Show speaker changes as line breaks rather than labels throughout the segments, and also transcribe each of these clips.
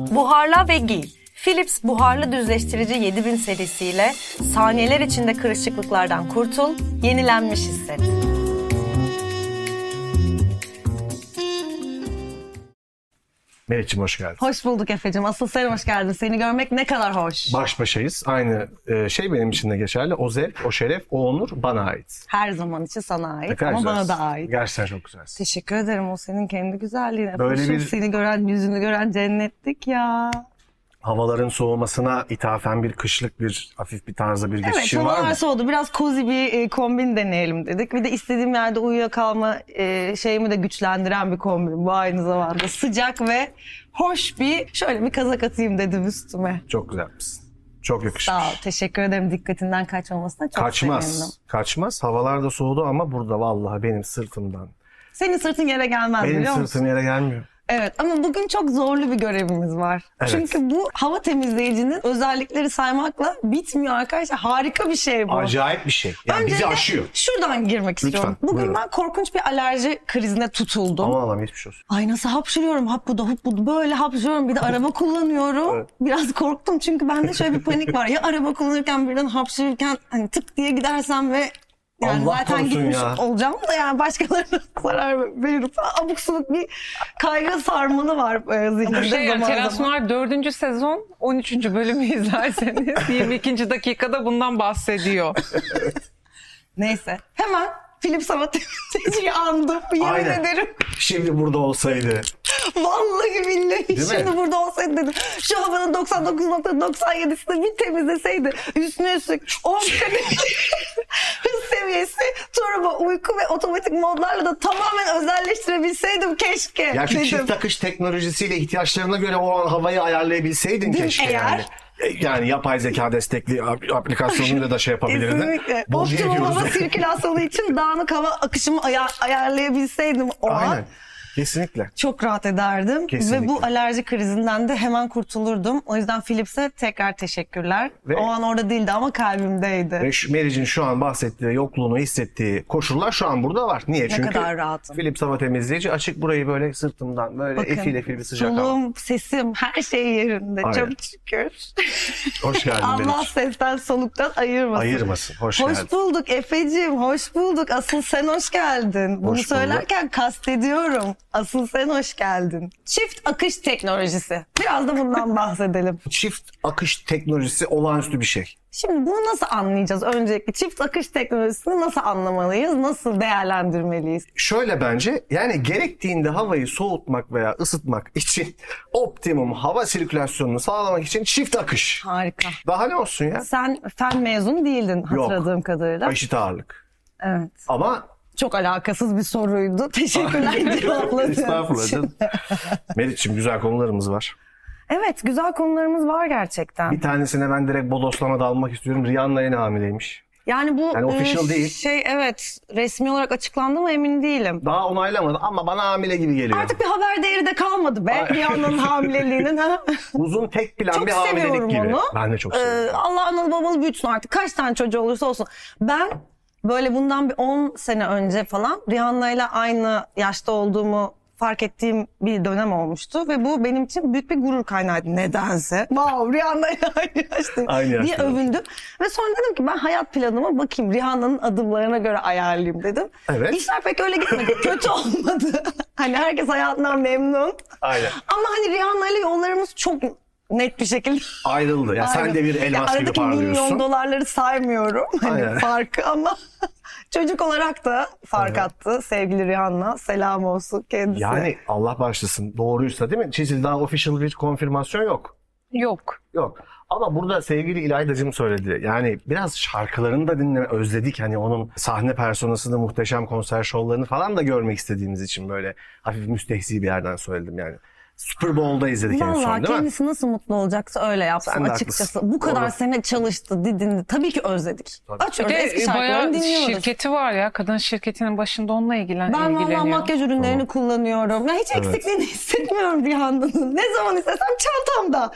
Yıka ve giy. Philips buharlı düzleştirici 7000 serisiyle saniyeler içinde kırışıklıklardan kurtul, yenilenmiş hisset.
Meriç'im hoş geldin.
Hoş bulduk Efe'cim. Asıl sen hoş geldin. Seni görmek ne kadar hoş.
Baş başayız. Aynı e, şey benim için de geçerli. O zevk, o şeref, o onur bana ait.
Her zaman için sana
Ne
ait
kadar
E, ama bana
güzelsin.
da ait.
Gerçekten çok güzelsin.
Teşekkür ederim. O senin kendi güzelliğine.
Böyle
Böyle
bir-
Seni gören, yüzünü gören cennettik ya.
Havaların soğumasına ithafen bir kışlık bir hafif bir tarzda bir
Evet,
geçişin var mı?
havalar soğudu. Biraz cozy bir e, kombin deneyelim dedik. Bir de istediğim yerde uyuyakalma e, şeyimi de güçlendiren bir kombin. Bu aynı zamanda sıcak ve hoş bir şöyle bir kazak atayım dedim üstüme.
Çok güzelmişsin. Çok
Sağ ol.
yakışmış.
Teşekkür ederim. Dikkatinden kaçmamasına çok
Kaçmaz.
sevindim.
Kaçmaz. Havalar da soğudu ama burada vallahi benim sırtımdan.
Senin sırtın yere gelmez
benim
biliyor
sırtım
musun?
yere gelmiyor.
Evet ama bugün çok zorlu bir görevimiz var.
Evet.
Çünkü bu hava temizleyicinin özellikleri saymakla bitmiyor arkadaşlar. Harika bir şey bu.
Acayip bir şey. Yani
Önce
bizi
de
aşıyor.
Şuradan girmek istiyorum. Bugün
buyurun.
ben korkunç bir alerji krizine tutuldum.
Aman Allah'ım geçmiş olsun.
Ay nasıl hapşırıyorum hap bu da hap bu da böyle hapşırıyorum bir de araba kullanıyorum.
Evet.
Biraz korktum çünkü bende şöyle bir panik var. Ya araba kullanırken birden hapşırırken hani tık diye gidersem ve yani
Allah
zaten
korusun
gitmiş
ya.
olacağım da yani başkalarına zarar verir falan. Abuk subuk bir kaygı sarmalı var e, zihnimde
Bu şey yani
zaman zaman.
Terasmar 4. sezon 13. bölümü izlerseniz 22. dakikada bundan bahsediyor.
Neyse hemen Philips hava temizleyiciyi andım. Yemin
Aynen.
ederim.
Şimdi burada olsaydı.
Vallahi billahi
mi?
şimdi burada olsaydı dedim. Şu havanın 99.97'sini bir temizleseydi. Üstüne üstlük 10 sene hız seviyesi, turbo, uyku ve otomatik modlarla da tamamen özelleştirebilseydim keşke
Ya şu
dedim.
çift takış teknolojisiyle ihtiyaçlarına göre o an havayı ayarlayabilseydin
Değil mi?
keşke
Eğer-
yani. E, Yani yapay zeka destekli ap- aplikasyonuyla da şey yapabilirdin.
Kesinlikle.
Boca
Optimum
yapıyoruz.
hava sirkülasyonu için dağınık hava akışımı aya- ayarlayabilseydim o an.
Aynen. Kesinlikle.
Çok rahat ederdim
Kesinlikle.
ve bu alerji krizinden de hemen kurtulurdum. O yüzden Philips'e tekrar teşekkürler.
Ve-
o an orada değildi ama kalbimdeydi.
Ve şu- Meriç'in şu an bahsettiği yokluğunu hissettiği koşullar şu an burada var. Niye? Çünkü
kadar rahatım.
Philips hava temizleyici açık burayı böyle sırtımdan böyle
Bakın,
efil efil bir Ee, sıcak hava.
Soluğum, sesim her şey yerinde.
Aynen.
Çok şükür.
Hoş geldin
Allah
Meriç.
sesten soluktan ayırmasın.
Ayırmasın. Hoş,
Hoş
geldin.
bulduk Efe'cim, hoş bulduk. Asıl sen hoş geldin. Bunu
bulduk.
söylerken kastediyorum. Asıl sen hoş geldin. Çift akış teknolojisi. Biraz da bundan bahsedelim.
Çift akış teknolojisi olağanüstü bir şey.
Şimdi bunu nasıl anlayacağız? Öncelikle çift akış teknolojisini nasıl anlamalıyız? Nasıl değerlendirmeliyiz?
Şöyle bence yani gerektiğinde havayı soğutmak veya ısıtmak için optimum hava sirkülasyonunu sağlamak için çift akış.
Harika.
Daha ne olsun ya?
Sen fen mezunu değildin hatırladığım kadarıyla.
Eşit ağırlık.
Evet.
Ama
Çok alakasız bir soruydu. Teşekkürler cevapladığın
Estağfurullah
için.
canım. Meriç'im güzel konularımız var.
Evet güzel konularımız var gerçekten.
Bir tanesine ben direkt bodoslama dalmak istiyorum. Rihanna yeni hamileymiş.
Yani bu
Yani
e,
official değil.
şey evet resmi olarak açıklandı mı emin değilim.
Daha onaylamadı ama bana hamile gibi geliyor.
Artık bir haber değeri de kalmadı be
Ay.
Rihanna'nın hamileliğinin. Ha?
Uzun tek plan
Çok
bir hamilelik
seviyorum
gibi.
onu.
Ben de çok
Ee,
seviyorum.
Allah analı babalı büyütsün artık. Kaç tane çocuğu olursa olsun. Ben böyle bundan bir 10 sene önce falan Rihanna'yla aynı yaşta olduğumu fark ettiğim bir dönem olmuştu ve bu benim için büyük bir gurur kaynağıydı nedense. Wow Rihanna'yla aynı yaştayım
Aynı
diye
yaşta.
övündüm. Ve sonra dedim ki ben hayat planıma bakayım Rihanna'nın adımlarına göre ayarlayayım dedim.
Evet.
İşler pek öyle gitmedi. Kötü olmadı. Hani herkes hayatından memnun.
Aynen.
Ama hani Rihanna ile yollarımız çok net bir şekilde
Ayrıldı. Ya sen
ayrı.
de bir elmas
Ya
gibi
aradaki
parlıyorsun.
milyon dolarları saymıyorum. Hani
Aynen.
farkı ama çocuk olarak da fark
Aynen.
attı sevgili Rihanna. Selam olsun kendisine.
Yani Allah başlasın doğruysa değil mi? Çizil daha official bir konfirmasyon yok.
Yok.
Yok. Ama burada sevgili İlaydacım söyledi. Yani biraz şarkılarını da dinleme özledik. Hani onun sahne personasını, muhteşem konser şovlarını falan da görmek istediğimiz için böyle hafif müstehzi bir yerden söyledim yani. Super Bowl'da izledik en
Vallahi
son değil mi?
kendisi nasıl mutlu olacaksa öyle yapsın
Sen de
açıkçası.
haklısın.
Bu kadar
Doğru.
sene çalıştı, didindi. Tabii ki özledik.
Tabii.
Bir
Açıyoruz
de
eski
e,
şarkılarını
bayağı
dinliyoruz.
şirketi var ya. Kadın şirketinin başında onunla ilgilen,
Ben valla
ilgileniyor.
makyaj ürünlerini kullanıyorum. Ya hiç eksikliğini hissetmiyorum Rihanna'nın. Ne zaman istesem çantamda.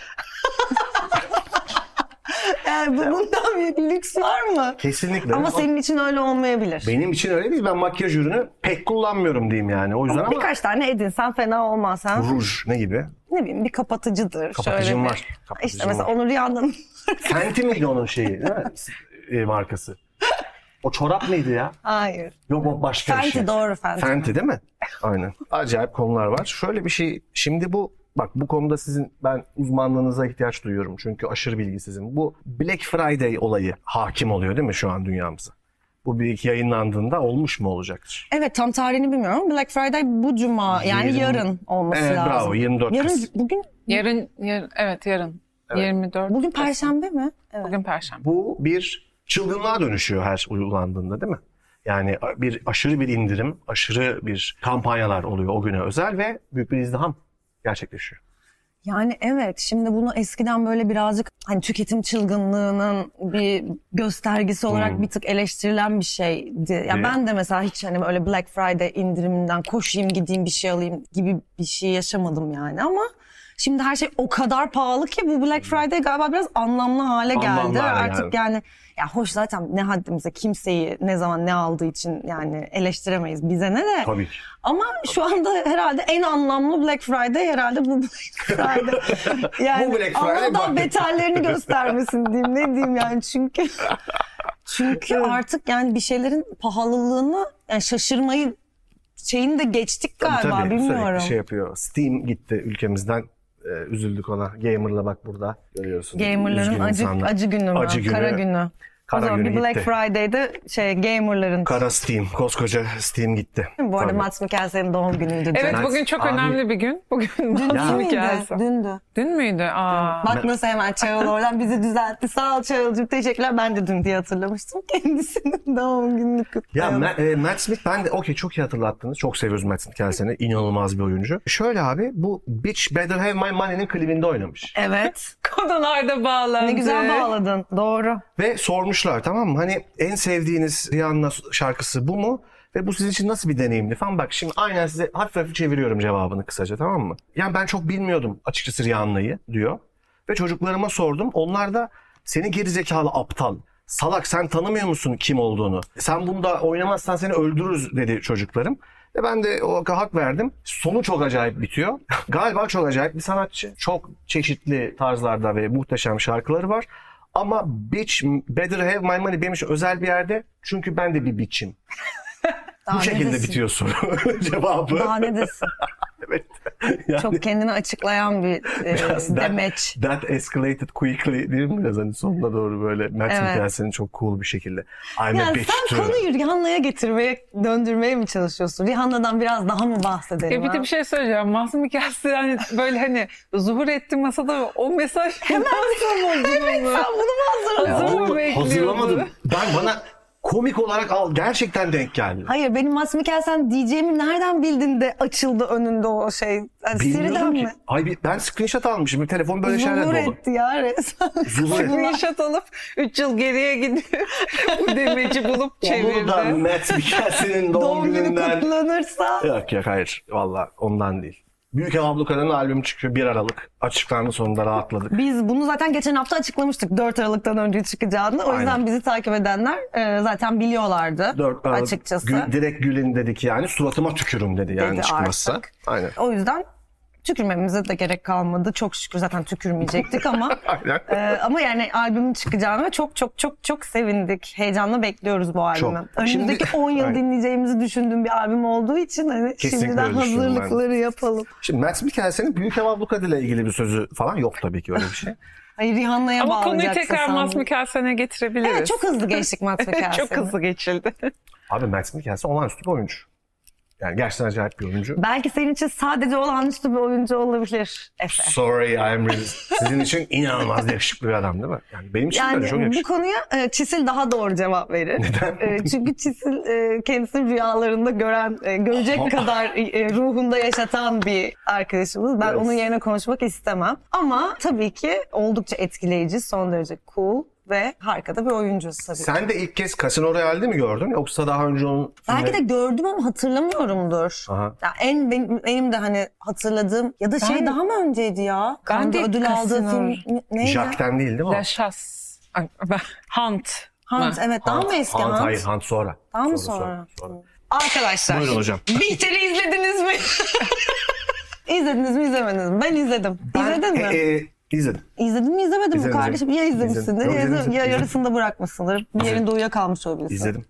Yani bu- bundan bir lüks var mı?
Kesinlikle.
Ama senin için öyle olmayabilir.
Benim için öyle değil. Ben makyaj ürünü pek kullanmıyorum diyeyim yani. O yüzden ama
Birkaç tane edinsen fena olmaz. Ha?
ruj ne gibi?
Ne bileyim bir kapatıcıdır.
Kapatıcım
şöyle bir-
var. Kapatıcım
İşte mesela
var.
onu Rihanna'nın
Fenty miydi onun şeyi? değil mi? E, markası. O çorap neydi ya?
Hayır.
Yok o başka bir
Fenty
şey.
doğru Fenty.
Fenty değil mi? Aynen. Acayip konular var. Şöyle bir şey. Şimdi bu bak bu konuda sizin ben uzmanlığınıza ihtiyaç duyuyorum. Çünkü aşırı bilgisizim. Bu Black Friday olayı hakim oluyor değil mi şu an dünyamıza? Bu bir iki yayınlandığında olmuş mu olacaktır?
Evet tam tarihini bilmiyorum ama Black Friday bu cuma yani
Yirmi-
yarın olması
Evet,
lazım.
E, bravo, 24
yarın,
Kasım.
Bugün,
Yarın, yarın evet yarın. 24.
bugün Perşembe mi? Evet.
Bugün Perşembe.
Bu bir çılgınlığa dönüşüyor her şey uygulandığında değil mi? Yani a- bir aşırı bir indirim, aşırı bir kampanyalar oluyor o güne özel ve büyük bir izdiham gerçekleşiyor.
Yani evet şimdi bunu eskiden böyle birazcık hani tüketim çılgınlığının bir göstergesi olarak
Hmm.
bir tık eleştirilen bir şeydi. Ya
Evet.
ben de mesela hiç hani öyle Black Friday indiriminden koşayım gideyim bir şey alayım gibi bir şey yaşamadım yani ama şimdi her şey o kadar pahalı ki bu Black Friday galiba biraz anlamlı hale
Hmm. Anlamlı
geldi.
hale
Artık
geldi.
yani ya hoş zaten ne haddimize kimseyi ne zaman ne aldığı için yani eleştiremeyiz bize ne de.
Tabii ki.
Ama şu anda herhalde en anlamlı Black Friday herhalde bu Black Friday. Yani
Bu Black Friday
Allah daha
bak.
beterlerini göstermesin diyeyim ne diyeyim yani çünkü. Çünkü artık yani bir şeylerin pahalılığını yani şaşırmayı şeyini de geçtik galiba
tabii,
bilmiyorum.
Sürekli şey yapıyor. Steam gitti ülkemizden. Ee, üzüldük ona. Gamer'la bak burada görüyorsun.
Gamerların
Üzgün
acı,
insanlar.
acı günü mü?
Acı günü.
Kara günü.
Kara
o zaman
günü
bir Black
gitti.
Friday'de şey gamerların.
Kara Steam. Koskoca Steam gitti.
Bu arada
Tabii.
Mats Mikkelsen'in doğum günüydü.
Evet
Nice.
bugün çok
Abi-
önemli bir gün. Bugün
Dün
Mats
müydü?
Mikkelsen.
Dündü.
Dün müydü? Aa.
Bak nasıl hemen Çağıl oradan bizi düzeltti. Sağ ol Çağıl'cığım teşekkürler. Ben de dün diye hatırlamıştım. Kendisinin doğum gününü
Ya
kutlayalım.
Ma- e, Matt Smith ben de okey çok iyi hatırlattınız. Çok seviyoruz Matt Smith kendisini. İnanılmaz bir oyuncu. Şöyle abi bu Bitch Better Have My Money'nin klibinde oynamış.
Evet.
Konularda bağlandı.
Ne güzel bağladın. Doğru.
Ve sormuşlar tamam mı? Hani en sevdiğiniz Rihanna şarkısı bu mu? Ve bu sizin için nasıl bir deneyimdi falan. Bak şimdi aynen size hafif hafif çeviriyorum cevabını kısaca tamam mı? Yani ben çok bilmiyordum açıkçası Rihanna'yı diyor. Ve çocuklarıma sordum. Onlar da seni gerizekalı aptal. Salak sen tanımıyor musun kim olduğunu? Sen bunda oynamazsan seni öldürürüz dedi çocuklarım. Ve ben de o hak verdim. Sonu çok acayip bitiyor. Galiba çok acayip bir sanatçı. Çok çeşitli tarzlarda ve muhteşem şarkıları var. Ama bitch better have my money benim için özel bir yerde. Çünkü ben de bir bitch'im.
Daha
Bu
ne
şekilde
desin?
bitiyor soru cevabı.
Daha ne desin?
Evet. Yani
Çok kendini açıklayan bir e,
Biraz ben-
demeç.
That escalated quickly değil mi biraz hani sonuna doğru böyle Matt
Evet.
Mikkelsen'in çok cool bir şekilde. I'm a
Yani
bitch
sen
too.
konuyu Rihanna'ya getirmeye, döndürmeye mi çalışıyorsun? Rihanna'dan biraz daha mı bahsedelim?
Ya bir de
ha?
bir şey söyleyeceğim. Masum Mikkelsen hani böyle hani zuhur etti masada ve o mesaj hemen
Evet, sen bunu mu hazırladın?
Ya
Hazır mı
oğlum,
bekliyordu?
hazırlamadım. Ben bana komik olarak al gerçekten denk geldi.
Hayır benim Mats Mikkelsen diyeceğimi nereden bildin de açıldı önünde o şey? Yani Siri'den
Bilmiyordum ki.
mi?
Ay bir- ben screenshot almışım. Telefon böyle
Zuhur
şeyler dolu.
etti ya resmen.
Zuhur etti.
screenshot alıp 3 yıl geriye gidip bu demeci bulup
Ya Buradan
çevirdi.
Matt Mikkelsen'in doğum
Doğum günü
gününden
kutlanırsa.
Yok yok hayır. Valla ondan değil. Büyük Ev Abluka'nın albüm çıkıyor 1 Aralık. Açıklandı sonunda rahatladık.
Biz bunu zaten geçen hafta açıklamıştık 4 Aralık'tan önce çıkacağını. O yüzden
Aynen.
bizi takip edenler e, zaten biliyorlardı
4 Aralık
açıkçası.
e, Gül, direkt Gül'ün dedi ki yani suratıma tükürüm dedi yani
Dedi
çıkmazsa.
artık.
Aynen.
O yüzden tükürmemize de gerek kalmadı. Çok şükür zaten tükürmeyecektik ama
Aynen.
e, ama yani albümün çıkacağına çok çok çok çok sevindik. Heyecanla bekliyoruz bu albümü.
Çok. Şimdi-
Önümüzdeki 10 yıl
Aynen.
dinleyeceğimizi düşündüğüm bir albüm olduğu için hani
Kesinlikle
şimdiden
öyle düşündüm ben de.
hazırlıkları yapalım.
Şimdi Matt Mikkelsen'in Büyük Ev Abluka ile ilgili bir sözü falan yok tabii ki öyle bir şey.
Ay Rihanna'ya
Ama konuyu
bağlayacaksın
tekrar
sen
Mas
bunu.
Mikkelsen'e getirebiliriz.
Evet çok hızlı geçtik Mats Mikkelsen'i.
Çok hızlı geçildi.
Abi Matt Mikkelsen olağanüstü bir oyuncu. Yani gerçekten acayip bir oyuncu.
Belki senin için sadece olağanüstü bir oyuncu olabilir Efe.
Sorry I'm really... Sizin için inanılmaz yakışıklı bir adam değil mi? Yani benim için de
Yani
öyle, çok
bu
yakışıklı.
konuya e, Çisil daha doğru cevap verir. E, çünkü Çisil e, kendisini rüyalarında gören, e, görecek kadar e, ruhunda yaşatan bir arkadaşımız. Ben
Evet.
onun yerine konuşmak istemem. Ama tabii ki oldukça etkileyici, son derece cool ve harika da bir oyuncu tabii. ki.
Sen de ilk kez Casino Royale'de mi gördün yoksa daha önce onun...
Belki de gördüm ama hatırlamıyorumdur.
Aha.
Ya en benim, benim de hani hatırladığım ya da şey
Ben-
daha mı önceydi ya?
Ben
Cannes'da
de
ödül aldığı
Casino-
film neydi?
Jack'ten değil değil mi o?
Leşas. Ay, ben- Hunt.
Hunt
Ha.
evet daha mı eski Hunt?
Hayır Hunt sonra.
Daha mı sonra? Arkadaşlar.
Buyurun hocam.
Bihter'i izlediniz mi? İzlediniz mi izlemediniz mi? Ben izledim. İzledin mi?
E, e, izledim.
İzledin mi izlemedin mi
İzledim,
kardeşim? Ya
izledim.
izlemişsindir
Yok,
ya, izle-
izlemişim,
ya
izledim.
yarısında bırakmışsındır. Bir yerinde uyuyakalmış olabilirsin.
İzledim.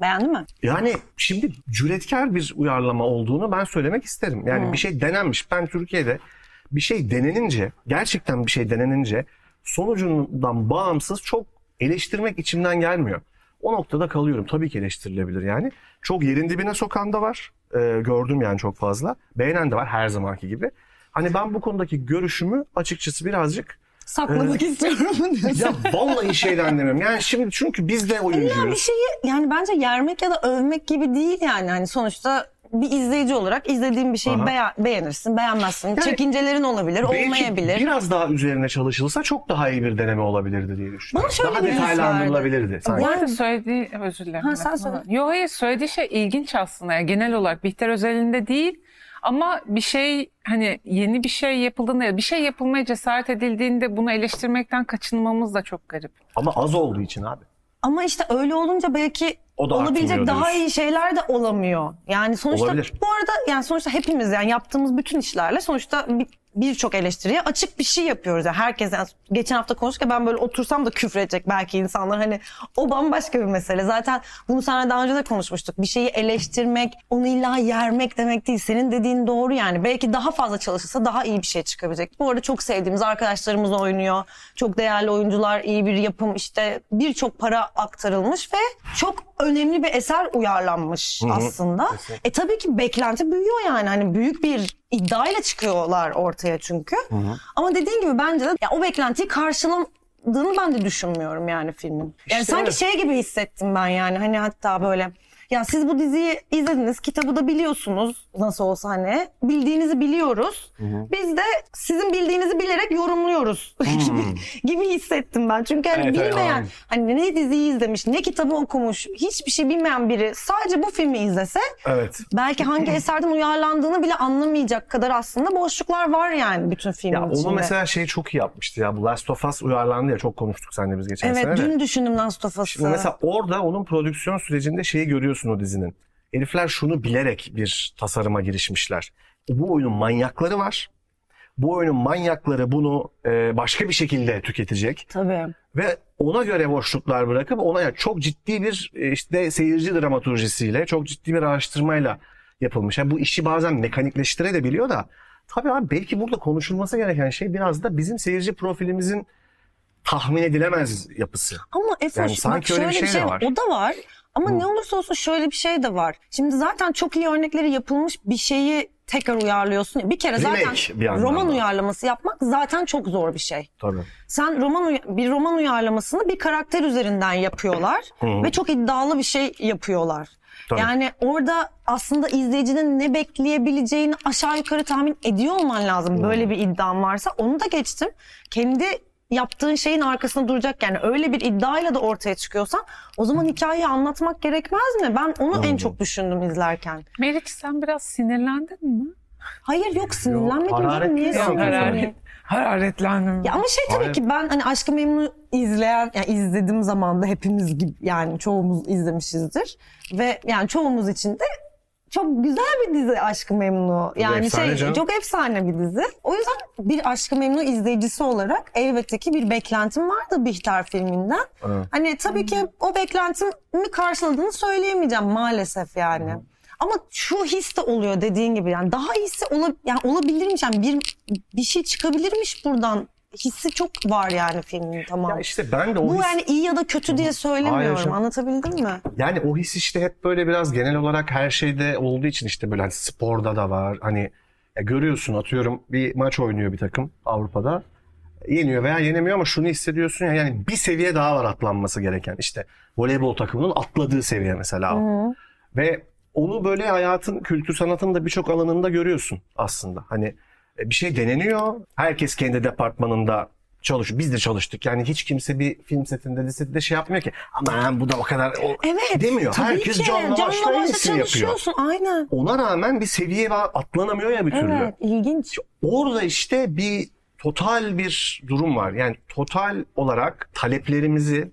Beğendin mi?
Yani şimdi cüretkar bir uyarlama olduğunu ben söylemek isterim. Yani bir şey denenmiş. Ben Türkiye'de bir şey denenince, gerçekten bir şey denenince sonucundan bağımsız çok eleştirmek içimden gelmiyor. O noktada kalıyorum. Tabii ki eleştirilebilir yani. Çok yerin dibine sokan da var. Ee, gördüm yani çok fazla. Beğenen de var her zamanki gibi. Hani ben bu konudaki görüşümü açıkçası birazcık
Saklamak istiyorum diyorsun.
ya vallahi şeyden demiyorum. Yani şimdi çünkü biz de
Ya bir
oyuncuyuz.
şeyi yani bence yermek ya da övmek gibi değil yani. Hani sonuçta bir izleyici olarak izlediğin bir şeyi
Aha.
beğen- beğenirsin, beğenmezsin. Çekincelerin olabilir,
Belki
şey olmayabilir.
Biraz daha üzerine çalışılsa çok daha iyi bir deneme olabilirdi diye
Bana
düşünüyorum.
şöyle
daha
bir his
detaylandırılabilirdi sanki.
Bu
Yani-
arada söylediği özür dilerim.
Ha, sen
lafını-
söyle.
Yo hayır söylediği şey ilginç aslında. Yani genel olarak Bihter özelinde değil ama bir şey hani yeni bir şey yapıldığında ya bir şey yapılmaya cesaret edildiğinde bunu eleştirmekten kaçınmamız da çok garip.
Ama az olduğu için abi.
Ama işte öyle olunca belki
O da
olabilecek
artmıyor
daha
diyorsun.
iyi şeyler de olamıyor. Yani sonuçta
Olabilir.
bu arada yani sonuçta hepimiz yani yaptığımız bütün işlerle sonuçta bir- birçok eleştiriye açık bir şey yapıyoruz. Yani herkes yani geçen hafta konuştuk ya ben böyle otursam da küfür edecek belki insanlar hani o bambaşka bir mesele. Zaten bunu seninle daha önce de konuşmuştuk. Bir şeyi eleştirmek, onu illa yermek demek değil. Senin dediğin doğru yani. Belki daha fazla çalışırsa daha iyi bir şey çıkabilecek. Bu arada çok sevdiğimiz arkadaşlarımız oynuyor. Çok değerli oyuncular, iyi bir yapım işte birçok para aktarılmış ve çok önemli bir eser uyarlanmış aslında. E tabii ki beklenti büyüyor yani. Hani büyük bir iddiayla çıkıyorlar ortaya çünkü. Ama dediğin gibi bence de ya o beklentiyi karşıladığını ben de düşünmüyorum yani filmin. Yani
İşte
sanki
evet.
şey gibi hissettim ben yani hani hatta böyle ya siz bu diziyi izlediniz, kitabı da biliyorsunuz nasıl olsa hani. Bildiğinizi biliyoruz. Biz de sizin bildiğinizi bilerek yorumluyoruz gibi, gibi hissettim ben. Çünkü hani
Hmm. Evet, evet,
bilmeyen,
aynen.
hani ne diziyi izlemiş, ne kitabı okumuş, hiçbir şey bilmeyen biri sadece bu filmi izlese
Evet.
belki hangi eserden uyarlandığını bile anlamayacak kadar aslında boşluklar var yani bütün filmin
Ya
içinde.
onu mesela şey çok iyi yapmıştı ya. Bu Last of Us uyarlandı ya çok konuştuk seninle biz geçen
Evet
sene. de.
dün düşündüm Last of Us'ı.
Şimdi mesela orada onun prodüksiyon sürecinde şeyi görüyorsun o dizinin. Herifler şunu bilerek bir tasarıma girişmişler. Bu oyunun manyakları var. Bu oyunun manyakları bunu e, başka bir şekilde tüketecek.
Tabii.
ve ona göre boşluklar bırakıp ona ya çok ciddi bir e, işte seyirci dramaturjisiyle çok ciddi bir araştırmayla yapılmış. Yani bu işi bazen mekanikleştire de biliyor da tabii abi belki burada konuşulması gereken şey biraz da bizim seyirci profilimizin tahmin edilemez yapısı.
Ama Efoş
Yani
bak
sanki
şöyle
öyle bir şey de var.
O da var. Ama ne olursa olsun şöyle bir şey de var. Şimdi zaten çok iyi örnekleri yapılmış bir şeyi tekrar uyarlıyorsun. Bir kere zaten
Remake bir yandan
roman
da.
uyarlaması yapmak zaten çok zor bir şey.
Tabii.
Sen roman uya- bir roman uyarlamasını bir karakter üzerinden yapıyorlar ve çok iddialı bir şey yapıyorlar.
Tabii.
Yani orada aslında izleyicinin ne bekleyebileceğini aşağı yukarı tahmin ediyor olman lazım. Böyle bir iddian varsa onu da geçtim. Kendi yaptığın şeyin arkasında duracak yani öyle bir iddiayla da ortaya çıkıyorsan o zaman hikayeyi anlatmak gerekmez mi? Ben onu en çok düşündüm izlerken.
Meriç sen biraz sinirlendin mi?
Hayır yok sinirlenmedim canım
hararetli
niye
yani.
sinirleneyim?
Hararet-
hararetlendim.
Ya ama şey tabii
Aynen.
ki ben hani Aşkı Memnu izleyen, yani izlediğim zaman da hepimiz gibi yani çoğumuz izlemişizdir. Ve yani çoğumuz için de çok güzel bir dizi Aşkı Memnu. Yani
efsane
şey
canım.
çok efsane bir dizi. O yüzden bir Aşkı Memnu izleyicisi olarak elbette ki bir beklentim vardı Bihter filminden.
Evet.
Hani tabii ki o beklentimi karşıladığını söyleyemeyeceğim maalesef yani. Ama şu his de oluyor dediğin gibi yani daha iyisi ola, yani olabilirmiş yani bir bir şey çıkabilirmiş buradan hissi çok var yani filmin
Ya
tamam.
işte ben de o
Bu
his-
yani iyi ya da kötü diye
Hayır şey-
söylemiyorum
canım.
anlatabildim mi?
Yani o his işte hep böyle biraz genel olarak her şeyde olduğu için işte böyle hani sporda da var. Hani ya görüyorsun atıyorum bir maç oynuyor bir takım Avrupa'da. Yeniyor veya yenemiyor ama şunu hissediyorsun ya yani bir seviye daha var atlanması gereken. İşte voleybol takımının atladığı seviye mesela. o. Ve onu böyle hayatın, kültür sanatın da birçok alanında görüyorsun aslında. Hani e, bir şey deneniyor. Herkes kendi departmanında çalışıyor. Biz de çalıştık. Yani hiç kimse bir film setinde, lisede şey yapmıyor ki. Aman bu da o kadar o
Evet.
demiyor.
Tabii
Herkes
ki.
canla başla en iyisini yapıyor.
çalışıyorsun aynen.
Ona rağmen bir seviye var, atlanamıyor ya bir türlü.
Evet ilginç.
Orada işte bir total bir durum var. Yani total olarak taleplerimizi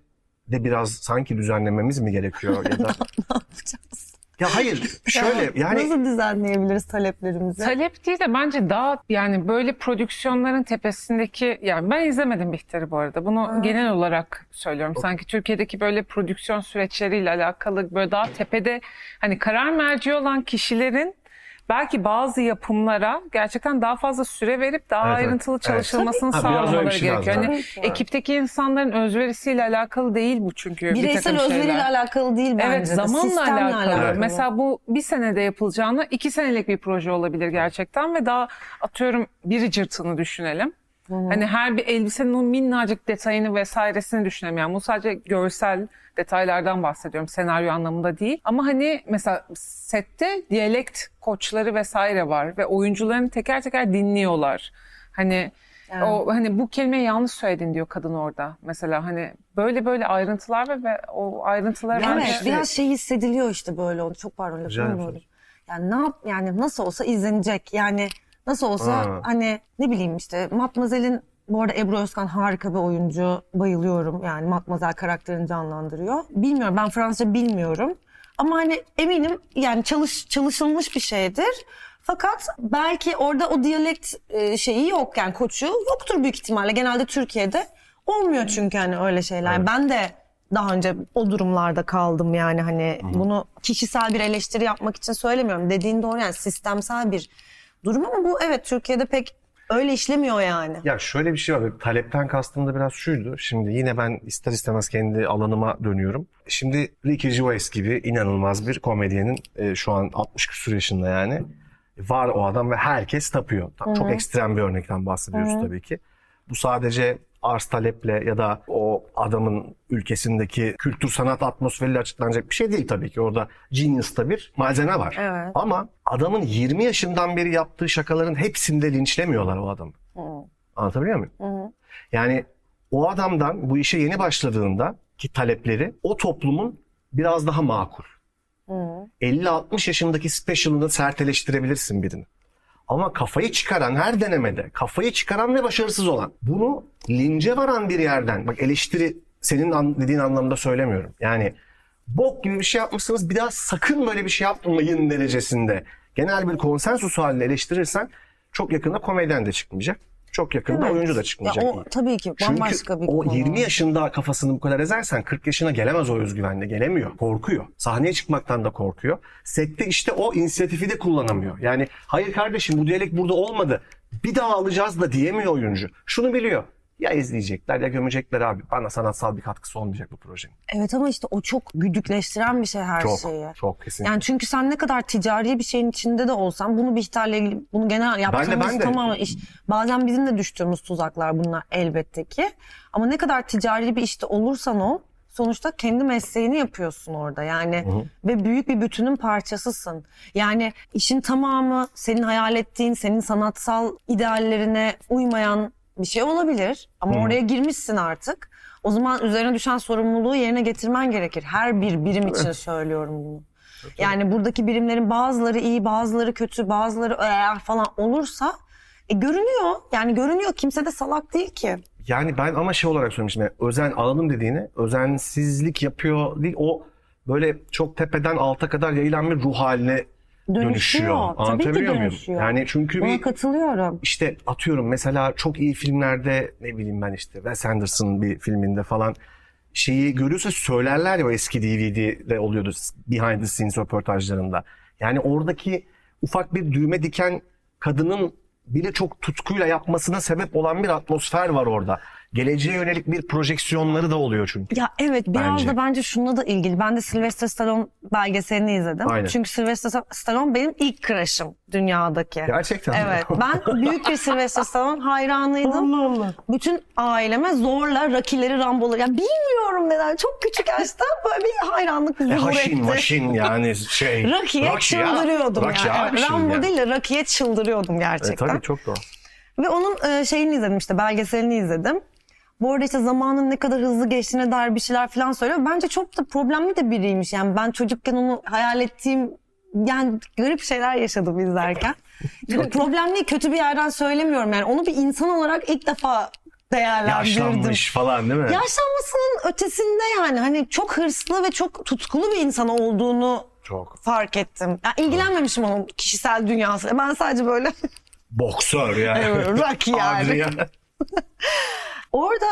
de biraz sanki düzenlememiz mi gerekiyor ya da
ne yapacağız?
ya hayır şöyle yani
Nasıl düzenleyebiliriz taleplerimizi?
Talep değil de bence daha yani böyle prodüksiyonların tepesindeki yani ben izlemedim Bihter'i bu arada. Bunu genel olarak söylüyorum. Sanki Türkiye'deki böyle prodüksiyon süreçleriyle alakalı böyle daha tepede hani karar merci olan kişilerin belki bazı yapımlara gerçekten daha fazla süre verip daha
Evet, evet.
ayrıntılı
Evet.
çalışılmasını
Tabii. Ha, biraz öyle bir
sağlamaları
şey lazım.
gerekiyor. Hani
Tabii ki.
ekipteki insanların özverisiyle alakalı değil bu çünkü. bir
Bireysel
takım
özveriyle
şeyler.
alakalı değil bence.
Evet
de,
zamanla
sistemle
alakalı.
alakalı.
Mesela bu bir senede yapılacağına iki senelik bir proje olabilir gerçekten ve daha atıyorum bir cırtını düşünelim. Hani her bir elbisenin o minnacık detayını vesairesini düşünelim. Yani bu sadece görsel detaylardan bahsediyorum senaryo anlamında değil. Ama hani mesela sette diyalekt koçları vesaire var ve oyuncularını teker teker dinliyorlar. Hani o hani bu kelimeyi yanlış söyledin diyor kadın orada. Mesela hani böyle böyle ayrıntılar ve, ve o ayrıntılar
Değil mi?
bence-
Evet, biraz şey hissediliyor işte böyle onu. Çok pardon
Rica
lafını
ederim.
böldüm. Yani ne yap yani nasıl olsa izlenecek. Yani nasıl olsa
Ha.
hani ne bileyim işte Matmazel'in bu arada Ebru Özkan harika bir oyuncu. Bayılıyorum. Yani Matmazel karakterini canlandırıyor. Bilmiyorum ben Fransızca bilmiyorum. Ama hani eminim yani çalış çalışılmış bir şeydir. Fakat belki orada o diyalekt e, şeyi yok yani koçu yoktur büyük ihtimalle. Genelde Türkiye'de olmuyor çünkü hani öyle şeyler. Ben de daha önce o durumlarda kaldım yani hani bunu kişisel bir eleştiri yapmak için söylemiyorum. Dediğin doğru yani sistemsel bir durum ama bu evet Türkiye'de pek öyle işlemiyor yani.
ya şöyle bir şey var. Talepten kastım da biraz şuydu. Şimdi yine ben ister istemez kendi alanıma dönüyorum. Şimdi Ricky Gervais gibi inanılmaz bir komedyenin e, şu an 60 küsur yaşında yani. Var o adam ve herkes tapıyor. Ta- Çok ekstrem bir örnekten bahsediyoruz tabii ki. Bu sadece arz taleple ya da o adamın ülkesindeki kültür sanat atmosferiyle açıklanacak bir şey değil tabii ki. Orada genius'ta bir malzeme var.
Evet.
Ama adamın 20 yaşından beri yaptığı şakaların hepsinde linçlemiyorlar o adamı. Anlatabiliyor muyum? Yani o adamdan bu işe yeni başladığında ki talepleri o toplumun biraz daha makul. 50-60 yaşındaki special'ını serteleştirebilirsin birini. Ama kafayı çıkaran her denemede, kafayı çıkaran ve başarısız olan. Bunu lince varan bir yerden, bak eleştiri senin an- dediğin anlamda söylemiyorum. Yani bok gibi bir şey yapmışsınız bir daha sakın böyle bir şey yapmayın derecesinde. Genel bir konsensus halinde eleştirirsen çok yakında komedyen de çıkmayacak. Çok yakında oyuncu da
Ya
çıkmayacak.
o tabii ki
Çünkü
bambaşka bir
o
konu.
20 yaşında kafasını bu kadar ezersen 40 yaşına gelemez o özgüvenle. Gelemiyor. Korkuyor. Sahneye çıkmaktan da korkuyor. Sette işte o inisiyatifi de kullanamıyor. Yani hayır kardeşim bu diyalek burada olmadı. Bir daha alacağız da diyemiyor oyuncu. Şunu biliyor. Ya izleyecekler ya gömecekler abi. Bana sanatsal bir katkısı olmayacak bu projenin.
Evet ama işte o çok güdükleştiren bir şey her
Çok,
şeyi.
çok kesin.
Yani çünkü sen ne kadar ticari bir şeyin içinde de olsan bunu Bihter'le ilgili bunu genel yaptığımız
ben de.
tamamen iş. Bazen bizim de düştüğümüz tuzaklar bunlar elbette ki. Ama ne kadar ticari bir işte olursan ol sonuçta kendi mesleğini yapıyorsun orada yani ve büyük bir bütünün parçasısın. Yani işin tamamı senin hayal ettiğin, senin sanatsal ideallerine uymayan bir şey olabilir ama oraya girmişsin artık. O zaman üzerine düşen sorumluluğu yerine getirmen gerekir. Her bir birim için söylüyorum bunu. Yani buradaki birimlerin bazıları iyi, bazıları kötü, bazıları eğer falan olursa e, görünüyor. Yani görünüyor. Kimse de salak değil ki.
Yani ben ama şey olarak söylemiştim. Yani özen alalım dediğini özensizlik yapıyor değil. O böyle çok tepeden alta kadar yayılan bir ruh haline dönüşüyor.
Dönüşüyor. Tabii ki
Anlatabiliyor muyum?
dönüşüyor.
Yani çünkü
Buna
bir
katılıyorum.
işte atıyorum mesela çok iyi filmlerde ne bileyim ben işte Wes Anderson'ın bir filminde falan şeyi görüyorsa söylerler ya o eski DVD'de oluyordu behind the scenes röportajlarında. Yani oradaki ufak bir düğme diken kadının bile çok tutkuyla yapmasına sebep olan bir atmosfer var orada. Geleceğe yönelik bir projeksiyonları da oluyor çünkü.
Ya evet biraz
Bence.
da bence şununla da ilgili. Ben de Sylvester Stallone belgeselini izledim.
Aynen.
Çünkü Sylvester Stallone benim ilk crush'ım dünyadaki.
Gerçekten mi?
Evet. Ben büyük bir Sylvester Stallone hayranıydım. Allah Allah. Bütün aileme zorla Rakileri, Rambo'ları. Yani bilmiyorum neden. Çok küçük yaşta böyle bir hayranlık zuhur
E, haşin
etti.
maşin yani şey.
Rakiye
Rocky ya.
çıldırıyordum
Rocky
yani.
abi şimdi
Rambo
yani.
değil de Rakiye çıldırıyordum
E,
gerçekten.
tabii çok doğru.
Ve onun e, şeyini izledim işte belgeselini izledim. Bu arada işte zamanın ne kadar hızlı geçtiğine dair bir şeyler falan söylüyor. Bence çok da problemli de biriymiş. Yani ben çocukken onu hayal ettiğim yani garip şeyler yaşadım izlerken. Problem ne? Kötü bir yerden söylemiyorum yani. Onu bir insan olarak ilk defa değerlendirdim.
Yaşlanmış falan değil mi?
Yaşlanmasının ötesinde yani hani çok hırslı ve çok tutkulu bir insan olduğunu
Çok.
fark ettim. Ya ilgilenmemişim onun kişisel dünyası. Ben sadece böyle
Boksör yani.
rak yani.
Adrian.
Orada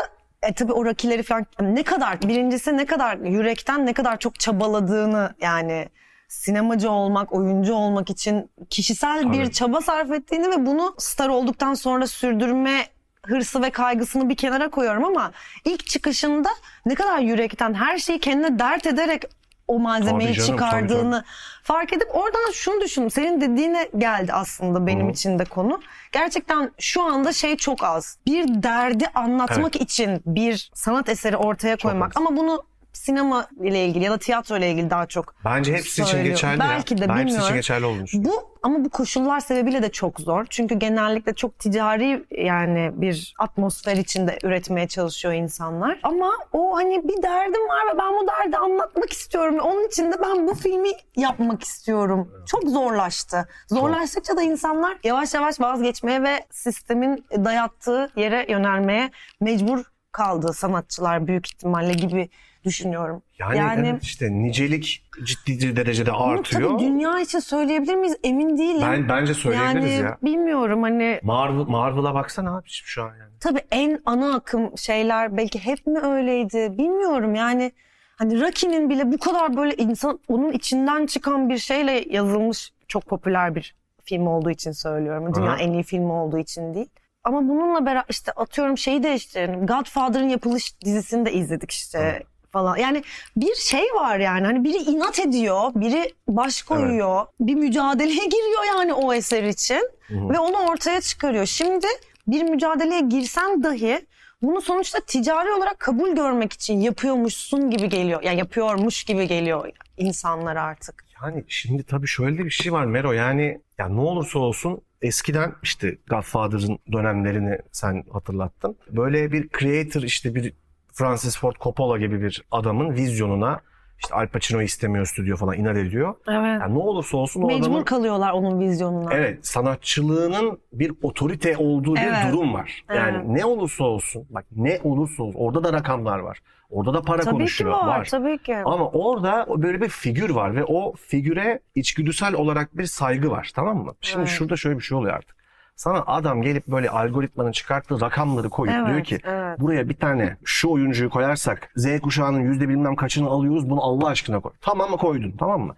e, tabii o rakileri falan ne kadar birincisi ne kadar yürekten ne kadar çok çabaladığını yani sinemacı olmak, oyuncu olmak için kişisel bir
Tabii.
çaba sarf ettiğini ve bunu star olduktan sonra sürdürme hırsı ve kaygısını bir kenara koyuyorum ama ilk çıkışında ne kadar yürekten her şeyi kendine dert ederek o malzemeyi
Tabii canım, tabii canım.
çıkardığını fark edip oradan şunu düşündüm. Senin dediğine geldi aslında benim
Hı.
için de konu. Gerçekten şu anda şey çok az. Bir derdi anlatmak için bir sanat eseri ortaya koymak.
az.
Ama bunu sinema ile ilgili ya da tiyatro ile ilgili daha çok.
Bence hepsi için
Söylüyorum.
geçerli
Belki de,
ya. Ben hepsi için
bilmiyorum.
geçerli olmuş.
Bu ama bu koşullar sebebiyle de çok zor. Çünkü genellikle çok ticari yani bir atmosfer içinde üretmeye çalışıyor insanlar. Ama o hani bir derdim var ve ben bu derdi anlatmak istiyorum. Onun için de ben bu filmi yapmak istiyorum. Çok zorlaştı. Zorlaştıkça da insanlar yavaş yavaş vazgeçmeye ve sistemin dayattığı yere yönelmeye mecbur kaldı sanatçılar büyük ihtimalle gibi düşünüyorum.
Yani,
Yani-
evet işte nicelik ciddi derecede
Bunu
artıyor.
tabii dünya için söyleyebilir miyiz? Emin değilim.
Ben bence söyleyebiliriz
yani
ya.
bilmiyorum hani
Marvel Marvel'a baksana abi şu an yani.
tabii en ana akım şeyler belki hep mi öyleydi bilmiyorum yani hani Rocky'nin bile bu kadar böyle insan onun içinden çıkan bir şeyle yazılmış çok popüler bir film olduğu için söylüyorum. Dünya
Aha.
en iyi filmi olduğu için değil. Ama bununla beraber işte atıyorum şeyi de işte Godfather'ın yapılış dizisini de izledik işte
Evet.
falan. Yani bir şey var yani hani biri inat ediyor, biri baş koyuyor, bir mücadeleye giriyor yani o eser için
Hı.
ve onu ortaya çıkarıyor. Şimdi bir mücadeleye girsen dahi bunu sonuçta ticari olarak kabul görmek için yapıyormuşsun gibi geliyor. Yani yapıyormuş gibi geliyor insanlar artık.
Yani şimdi tabii şöyle bir şey var Mero yani ya ne olursa olsun eskiden işte Godfather'ın dönemlerini sen hatırlattın. Böyle bir creator işte bir Francis Ford Coppola gibi bir adamın vizyonuna işte Al Pacino istemiyor stüdyo falan inat ediyor.
Evet.
Yani ne olursa olsun o
Mecbur
adamın
kalıyorlar onun vizyonuna.
Evet sanatçılığının bir otorite olduğu bir
Evet.
durum var. Yani
Evet.
ne olursa olsun bak ne olursa olsun orada da rakamlar var. Orada da para
tabii ki
konuşuyor.
var, tabii ki.
Ama orada böyle bir figür var ve o figüre içgüdüsel olarak bir saygı var tamam mı? Şimdi
Evet.
şurada şöyle bir şey oluyor artık. Sana adam gelip böyle algoritmanın çıkarttığı rakamları koyup
Evet,
diyor ki
evet.
buraya bir tane şu oyuncuyu koyarsak Z kuşağının yüzde bilmem kaçını alıyoruz bunu Allah aşkına koy. Tamam mı koydun tamam mı?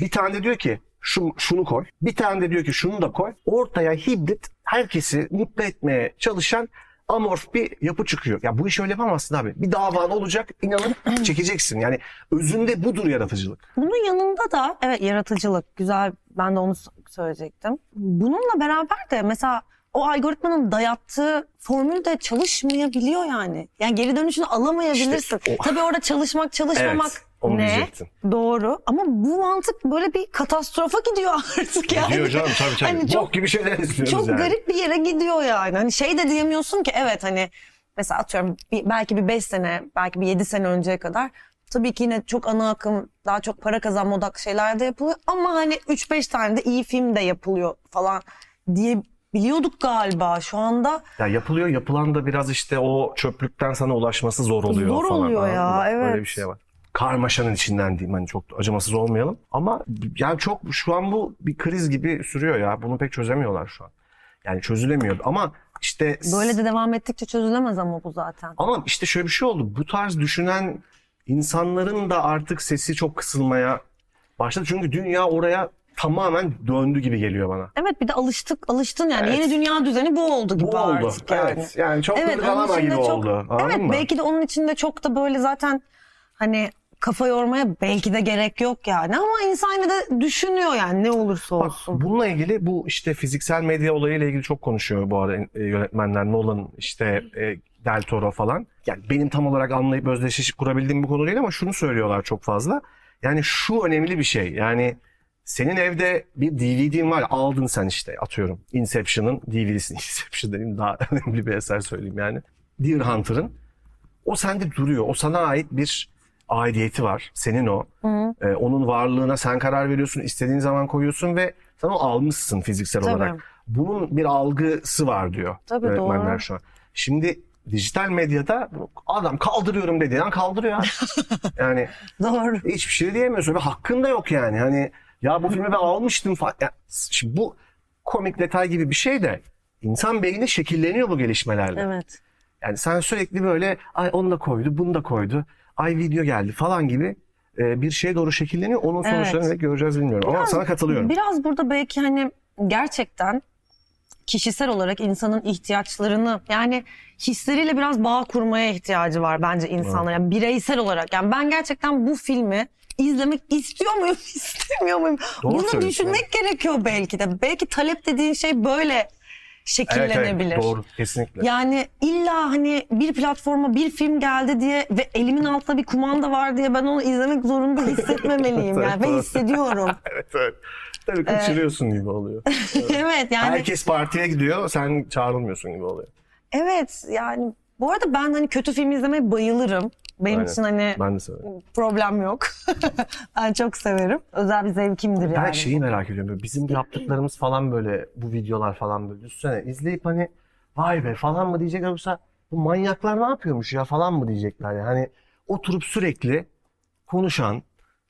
Bir tane de diyor ki şu, şunu koy. Bir tane de diyor ki şunu da koy. Ortaya hibrit herkesi mutlu etmeye çalışan amorf bir yapı çıkıyor. Ya bu iş öyle yapamazsın abi. Bir davan olacak inanıp çekeceksin. Yani özünde budur yaratıcılık.
Bunun yanında da evet yaratıcılık güzel ben de onu s- söyleyecektim. Bununla beraber de mesela o algoritmanın dayattığı formül de çalışmayabiliyor yani. Yani geri dönüşünü alamayabilirsin.
İşte o-
Tabii orada çalışmak çalışmamak
Evet onu
ne?
diyecektim.
Doğru ama bu mantık böyle bir katastrofa gidiyor artık yani.
Diyor canım tabii tabii.
Hani
Bok
çok-
gibi şeyler istiyoruz
Çok
yani.
garip bir yere gidiyor yani. Hani şey de diyemiyorsun ki evet hani mesela atıyorum bir- belki bir 5 sene belki bir 7 sene önceye kadar tabii ki yine çok ana akım daha çok para kazanma odaklı şeyler de yapılıyor ama hani 3-5 tane de iyi film de yapılıyor falan diye biliyorduk galiba şu anda
Ya yapılıyor yapılan da biraz işte o çöplükten sana ulaşması zor oluyor
Zor
falan.
oluyor ya,
Anladın mı? Böyle
evet.
bir şey var. Karmaşanın içinden diyeyim hani çok da acımasız olmayalım. Ama yani çok şu an bu bir kriz gibi sürüyor ya. Bunu pek çözemiyorlar şu an. Yani çözülemiyor ama işte
böyle de devam ettikçe çözülemez ama bu zaten.
ama işte şöyle bir şey oldu. Bu tarz düşünen insanların da artık sesi çok kısılmaya başladı. Çünkü dünya oraya tamamen döndü gibi geliyor bana.
Evet bir de alıştık alıştın yani
Evet.
yeni dünya düzeni bu oldu gibi
Bu oldu.
artık yani.
Evet. Yani çok
Evet,
evet,
onun
gibi
içinde çok-
oldu. Anladın
evet
mı?
belki de onun içinde çok da böyle zaten hani kafa yormaya belki de gerek yok yani ama insan yine de düşünüyor yani ne olursa
Bak
olsun.
bununla ilgili bu işte fiziksel medya olayıyla ilgili çok konuşuyor bu arada e, yönetmenler Nolan işte e, Del Toro falan. Yani benim tam olarak anlayıp özdeşleşip kurabildiğim bir konu değil ama şunu söylüyorlar çok fazla. Yani şu önemli bir şey. Yani senin evde bir DVD'in var aldın sen işte atıyorum Inception'ın DVD'sini Inception dediğim daha önemli bir eser söyleyeyim yani. Deer Hunter'ın o sende duruyor. O sana ait bir aidiyeti var. Senin o.
Hı.
Ee, onun varlığına sen karar veriyorsun, istediğin zaman koyuyorsun ve Sen onu almışsın fiziksel
Tabii.
olarak. Bunun bir algısı var diyor
Tabii,
öğretmenler
doğru.
şu an. Şimdi dijital medyada adam kaldırıyorum dediği an kaldırıyor. abi. yani
Doğru.
hiçbir şey diyemiyorsun ve hakkın da yok yani. Hani ya bu filmi ben almıştım falan. Ya, şimdi bu komik detay gibi bir şey de insan beyni şekilleniyor bu gelişmelerle.
Evet.
Yani sen sürekli böyle ay onu da koydu, bunu da koydu. Ay video geldi falan gibi e, bir şeye doğru şekilleniyor. Onun
Evet.
sonuçlarını ne göreceğiz bilmiyorum. Ama
Biraz-
sana katılıyorum.
Biraz burada belki hani gerçekten kişisel olarak insanın ihtiyaçlarını yani hisleriyle biraz bağ kurmaya ihtiyacı var bence insanlara. Yani bireysel olarak. Yani ben gerçekten bu filmi izlemek istiyor muyum, istemiyor muyum?
Doğru
Bunu
söylüyorsun.
düşünmek gerekiyor belki de. Belki talep dediğin şey böyle
Evet, evet,
şekillenebilir.
doğru, kesinlikle.
Yani illa hani bir platforma bir film geldi diye ve elimin altında bir kumanda var diye ben onu izlemek zorunda hissetmemeliyim yani ve
Doğru.
hissediyorum.
Evet, evet. Tabii kaçırıyorsun gibi oluyor.
evet Ee, yani
Herkes partiye gidiyor, sen çağrılmıyorsun gibi oluyor.
evet yani bu arada ben hani kötü film izlemeye bayılırım. Benim
Aynen.
için hani
Ben de severim.
problem yok. ben çok severim. Özel bir zevkimdir
Ben
yani.
şeyi merak ediyorum. böyle Bizim yaptıklarımız falan böyle bu videolar falan böyle düşünsene izleyip hani vay be falan mı diyecek yoksa bu manyaklar ne yapıyormuş ya falan mı diyecekler yani. Hani oturup sürekli konuşan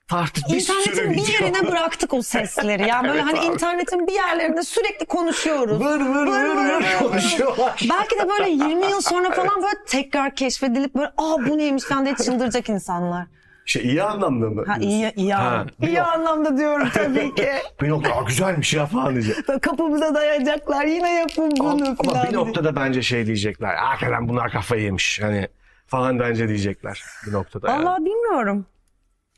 tartışan bir sürü
İnternetin bir
video.
yerine bıraktık o sesleri. Yani böyle
Evet
hani
abi.
internetin bir yerlerinde sürekli konuşuyoruz.
Vır vır vır vır konuşuyorlar.
Belki de böyle 20 yıl sonra falan böyle tekrar keşfedilip böyle aa bu neymiş falan diye çıldıracak insanlar.
Şey iyi anlamda mı?
Ha iyi iyi
Ha,
anlam-
bir
iyi
yok.
anlamda diyorum tabii ki.
Bir nokta "Aa, güzelmiş ya falan diyecek.
Böyle kapımıza dayanacaklar yine yapın bunu
Ama
falan.
bir noktada bence şey diyecekler. Hakikaten bunlar kafayı yemiş. Hani falan bence diyecekler bir noktada. yani.
Allah bilmiyorum.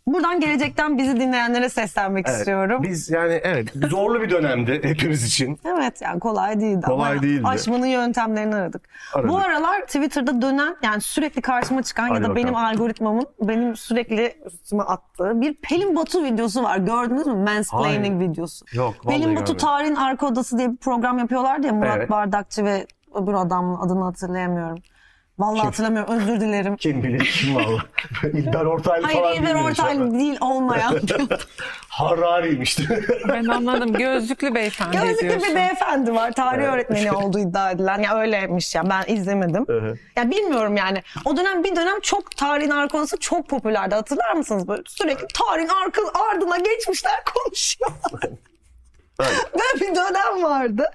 Buradan gelecekten bizi dinleyenlere seslenmek
Evet,
istiyorum.
Biz yani evet zorlu bir dönemdi hepimiz için.
Evet yani kolay değildi
Kolay
ama
değildi.
aşmanın yöntemlerini aradık.
Aradık.
Bu aralar Twitter'da dönen yani sürekli karşıma çıkan
Hadi
ya da
bakalım.
benim algoritmamın benim sürekli üstüme attığı bir Pelin Batu videosu var. Gördünüz mü? Mansplaining
Hayır.
videosu.
Yok vallahi
Pelin Batu
görmedim.
Tarih'in Arka Odası diye bir program yapıyorlardı ya Murat
Evet.
Bardakçı ve öbür adamın adını hatırlayamıyorum. Vallahi hatırlamıyorum özür dilerim.
Kim bilir kim valla. İlber Ortaylı falan
Hayır İlber
bilmiyorum şu anda.
Ortaylı değil olmayan.
Harari'ymiş.
Ben anladım. Gözlüklü beyefendi
Gözlükte
diyorsun.
bir beyefendi var. Tarih öğretmeni olduğu iddia edilen. Ya öyleymiş ya ben izlemedim.
hı.
ya bilmiyorum yani. O dönem bir dönem çok tarihin arka odası çok popülerdi. Hatırlar mısınız? Böyle sürekli tarihin arka, ardına geçmişler konuşuyorlar. Böyle bir dönem vardı.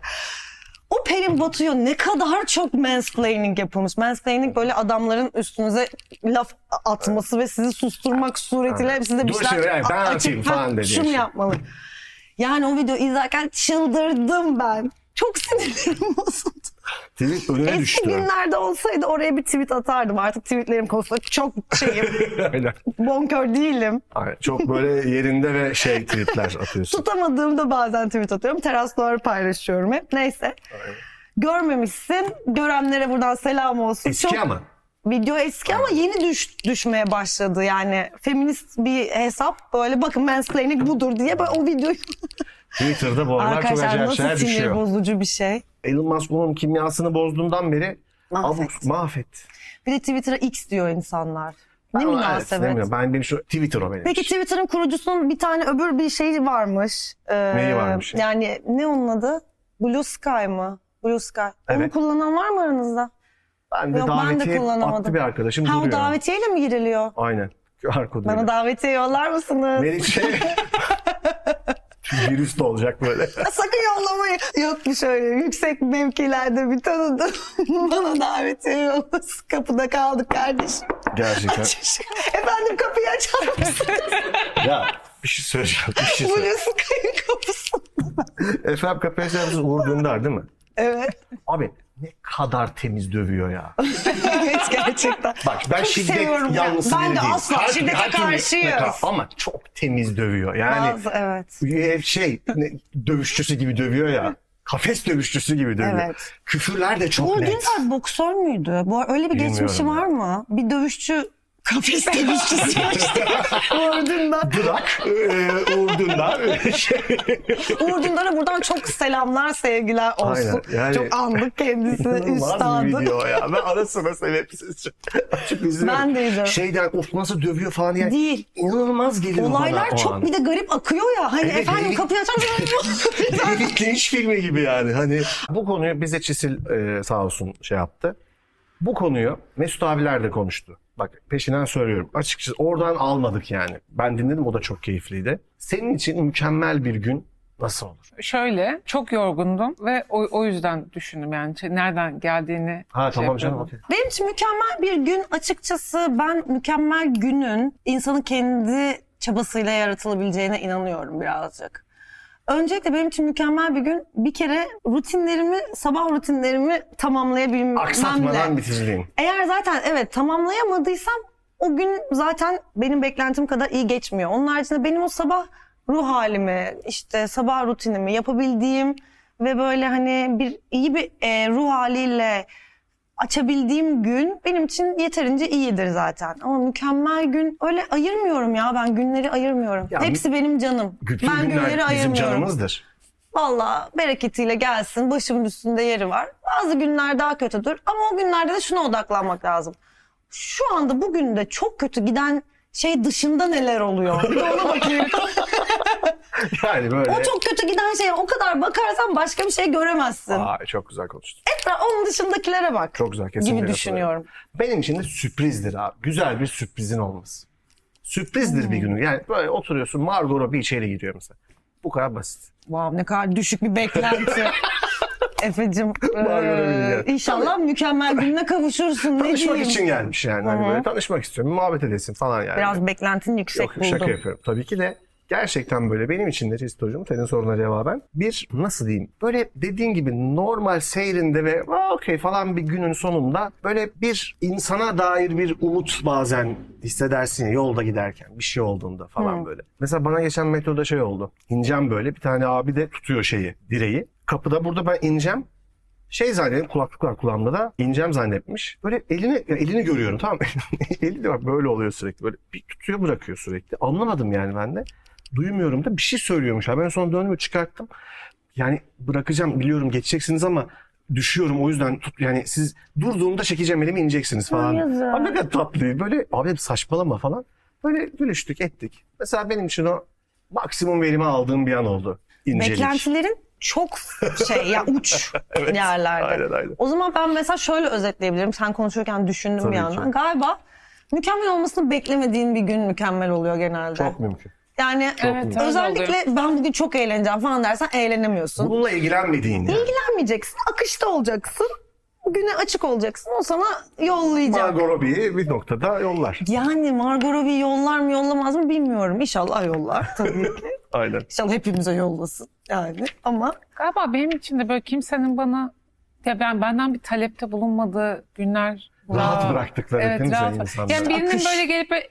O Pelin Batu'ya ne kadar çok mansplaining yapılmış. Mansplaining böyle adamların üstünüze laf atması ve sizi susturmak suretiyle size bir
Dur
şeyler
şimdi, yani ben
açıp,
atayım
ha,
falan dediğin
Şunu
şey.
yapmalı. Yani o videoyu izlerken çıldırdım ben. Çok sinirlerim bozuldu.
Tweet önüne
Eski
düştü.
günlerde olsaydı oraya bir tweet atardım. Artık tweetlerim konusunda çok şeyim.
Aynen.
bonkör değilim.
Aynen. Çok böyle yerinde ve şey tweetler atıyorsun.
Tutamadığımda bazen tweet atıyorum. Terasları paylaşıyorum hep. Neyse. Görmemişsin. Görenlere buradan selam olsun.
Eski
Çok-
ama.
Video eski ama yeni düş, düşmeye başladı yani. Feminist bir hesap böyle bakın mansplaining budur diye böyle o videoyu
Twitter'da bu aralar çok
Arkadaşlar
acayip
nasıl
şeyler
sinir
düşüyor.
bozucu bir şey.
Elon Musk bunun kimyasını bozduğundan beri
Mahvetti.
abuk mahvetti.
Bir de Twitter'a X diyor insanlar. Ne
Ama evet,
münasebet.
demiyorum. Ben benim şu Twitter o benim.
Peki
için.
Twitter'ın kurucusunun bir tane öbür bir şeyi varmış. Ee,
Neyi varmış?
Yani ne onun adı? Blue Sky mı? Blue Sky. Onu
Evet.
kullanan var mı aranızda?
ben de
Yok, ben de
davetiye attı
kullanamadım.
bir arkadaşım
Ha o
duruyor.
davetiyeyle mi giriliyor?
Aynen. QR kodu.
Bana
ile.
davetiye yollar mısınız?
Melike. Şu virüs de olacak böyle.
Sakın yollamayın. Yokmuş öyle yüksek mevkilerde bir tanıdım. Bana davetiye yollasın. Kapıda kaldık kardeşim.
Gerçekten.
Efendim kapıyı açar mısın?
ya bir şey söyleyeceğim. Bir şey söyleyeceğim.
Blue Sky'ın kapısı.
Efendim kapıya çarptınız Uğur Dündar değil mi?
Evet.
Abi ne kadar temiz dövüyor ya.
evet gerçekten.
Bak ben
Çok
şiddet
seviyorum ya.
yanlısı
Ben
biri
de
değilim.
asla
Her-
şiddete
her türlü-
karşıyız.
Ne kadar- Ama çok temiz dövüyor. Yani
Bazı- evet.
ev şey ne, dövüşçüsü gibi dövüyor ya. Kafes dövüşçüsü gibi dövüyor.
Evet.
Küfürler de çok
Uğur
net.
Dündar boksör müydü? Bu öyle bir
Bilmiyorum
geçmişi
ya.
var mı? Bir dövüşçü kafes dövüşçüsüymüş diye. Uğur Dündar.
Drak, e, Uğur Dündar. Şey,
Uğur Dündar'a buradan çok selamlar, sevgiler olsun.
Aynen, yani-
Çok andık kendisi,
İnanılmaz bir
üstadı.
video ya. Ben ara sıra sebepsiz çok- açıp izliyorum.
Ben de izliyorum.
Şeyden of nasıl dövüyor falan yani.
Değil.
İnanılmaz geliyor bana
Olaylar
o
çok
an.
bir de garip akıyor ya. Hani
Evet,
efendim
evet.
kapıyı açan
David Lynch filmi gibi yani. Hani bu konuyu bize Çisil e, sağ olsun şey yaptı. Bu konuyu Mesut abiler de konuştu. Bak peşinden söylüyorum. Açıkçası oradan almadık yani. Ben dinledim o da çok keyifliydi. Senin için mükemmel bir gün nasıl olur?
Şöyle çok yorgundum ve o, o yüzden düşündüm yani şey- nereden geldiğini.
Ha
şey
tamam canım
yapıyordum.
okey.
Benim için mükemmel bir gün açıkçası ben mükemmel günün insanın kendi çabasıyla yaratılabileceğine inanıyorum birazcık. Öncelikle benim için mükemmel bir gün bir kere rutinlerimi, sabah rutinlerimi tamamlayabilmemle.
Aksatmadan bitirdiğin.
Eğer zaten evet tamamlayamadıysam o gün zaten benim beklentim kadar iyi geçmiyor. Onun haricinde benim o sabah ruh halimi, işte sabah rutinimi yapabildiğim ve böyle hani bir iyi bir e, ruh haliyle açabildiğim gün benim için yeterince iyidir zaten. Ama mükemmel gün öyle ayırmıyorum ya ben günleri ayırmıyorum.
Ya
Hepsi benim canım.
Bütün
ben
günler
günleri
bizim
ayırmıyorum.
canımızdır.
Valla bereketiyle gelsin. Başımın üstünde yeri var. Bazı günler daha kötüdür ama o günlerde de şuna odaklanmak lazım. Şu anda bugün de çok kötü giden şey dışında neler oluyor? Bir de ona bakayım.
Yani böyle.
o çok kötü giden şeye o kadar bakarsan başka bir şey göremezsin.
Aa, çok güzel konuştun.
Hatta onun dışındakilere bak.
Çok güzel kesinlikle.
gibi
katılıyorum.
düşünüyorum.
Benim için de sürprizdir abi. Güzel bir sürprizin olması. Sürprizdir bir
Hmm.
günü. Yani böyle oturuyorsun Margot Robbie içeri giriyor mesela. Bu kadar basit.
Wow, ne kadar düşük bir beklenti. Efe'cim
Var öyle bir
eee,
yer.
inşallah mükemmel gününe kavuşursun. Ne
Tanışmak
diyeyim?
için gelmiş yani. Hani böyle tanışmak istiyorum, muhabbet edesin falan yani.
Biraz beklentin yüksek
Yok,
buldum.
şaka yapıyorum. Tabii ki de gerçekten böyle benim için de Çesit Hocam senin soruna cevaben bir nasıl diyeyim böyle dediğin gibi normal seyrinde ve "Aa, okey falan bir günün sonunda böyle bir insana dair bir umut bazen hissedersin ya yolda giderken bir şey olduğunda falan
Hmm.
böyle. Mesela bana geçen metroda şey oldu. İneceğim böyle bir tane abi de tutuyor şeyi direği. Kapıda burada ben ineceğim şey zannedip kulaklıklar kulağımda da ineceğim zannetmiş. Böyle elini ya elini görüyorum tamam mı? Eli de bak böyle oluyor sürekli. Böyle bir tutuyor bırakıyor sürekli. Anlamadım yani ben de. Duymuyorum da bir şey söylüyormuş. Ha, Ben sonra döndüm çıkarttım. Yani bırakacağım biliyorum geçeceksiniz ama düşüyorum o yüzden tut yani siz durduğumda çekeceğim elimi ineceksiniz falan. Abi ne kadar tatlı. Böyle abi saçmalama falan. Böyle gülüştük ettik. Mesela benim için o maksimum verimi aldığım bir an oldu. İncelik.
Beklentilerin çok şey ya uç yerlerde.
Aynen aynen.
O zaman ben mesela şöyle özetleyebilirim. Sen konuşurken düşündüm
Tabii
bir
ki.
yandan. Galiba mükemmel olmasını beklemediğin bir gün mükemmel oluyor genelde.
Çok mümkün.
yani
Evet, öyle
özellikle ben bugün çok eğleneceğim falan dersen eğlenemiyorsun.
Bununla ilgilenmediğin yani.
Eğlenmeyeceksin, akışta olacaksın. Güne açık olacaksın. O sana yollayacak.
Margot Robbie'yi bir noktada yollar.
yani Margot Robbie yollar mı yollamaz mı bilmiyorum. İnşallah yollar tabii ki.
Aynen.
İnşallah hepimize yollasın yani ama
Galiba benim için de böyle kimsenin bana ya ben benden bir talepte bulunmadığı günler
Rahat şey
Aa,
bıraktıkları
evet,
değil mi
rahat-
rahat. insanlar?
Yani birinin
Akış.
böyle gelip böyle,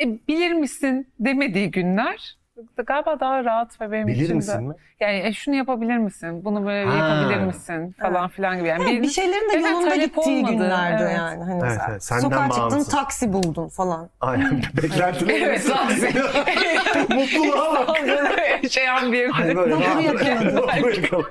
"E, bilir misin demediği günler galiba daha rahat ve benim için
Bilir
de-
misin mi?
Yani "E, şunu yapabilir misin? Bunu böyle
Ha.
yapabilir misin? Falan filan gibi. Yani birinin-
bir şeylerin de
Evet,
yolunda
talep
gittiği
olmadı.
günlerde
Evet.
yani. Hani
Evet,
mesela
evet, senden
sokağa çıktın
bağımsız.
taksi buldun falan.
Aynen. Beklentileri
Evet,
Mutluluğa bak.
şey an bir
Hani böyle
Vapuru
rahat-
yakaladı.
Vapuru yakaladı.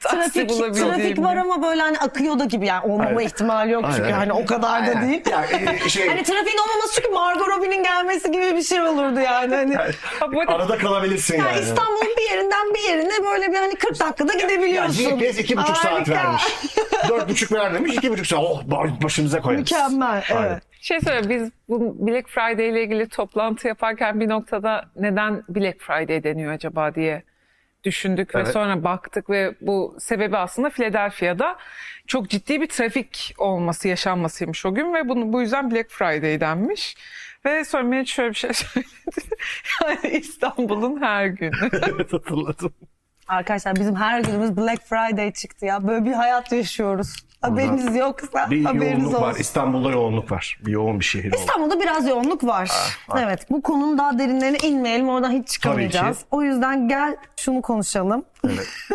taksi
Trafik,
bulabildiğim.
trafik var ama böyle hani akıyor da gibi yani olmama
Aynen.
ihtimali yok çünkü
Aynen.
hani o kadar da
Aynen.
değil.
Ya, e, şey,
Hani trafiğin olmaması çünkü Margot Robbie'nin gelmesi gibi bir şey olurdu yani. Hani
Ha, bu arada
arada kalabilirsin
yani
yani.
İstanbul'un bir yerinden bir yerine böyle bir hani 40 dakikada
Ya
gidebiliyorsun.
GPS iki buçuk saat
Harika.
vermiş. Dört buçuk vermemiş, iki buçuk saat. Oh başımıza koyarız.
Mükemmel, evet.
Aynen.
Şey söyle biz bu Black Friday ile ilgili toplantı yaparken bir noktada neden Black Friday deniyor acaba diye düşündük
Evet.
ve sonra baktık ve bu sebebi aslında Philadelphia'da çok ciddi bir trafik olması yaşanmasıymış o gün ve bunu bu yüzden Black Friday denmiş. Ve sonra Meriç şöyle bir şey söyledi. yani İstanbul'un her günü.
Evet hatırladım.
Arkadaşlar bizim her günümüz Black Friday çıktı ya. Böyle bir hayat yaşıyoruz. Haberiniz yoksa
Bir
haberiniz
yoğunluk
olsun.
var. İstanbul'da yoğunluk var. Bir yoğun bir şehir oldu.
İstanbul'da biraz yoğunluk var.
var.
Evet bu konunun daha derinlerine inmeyelim oradan hiç çıkamayacağız.
Tabii ki.
O yüzden gel şunu konuşalım.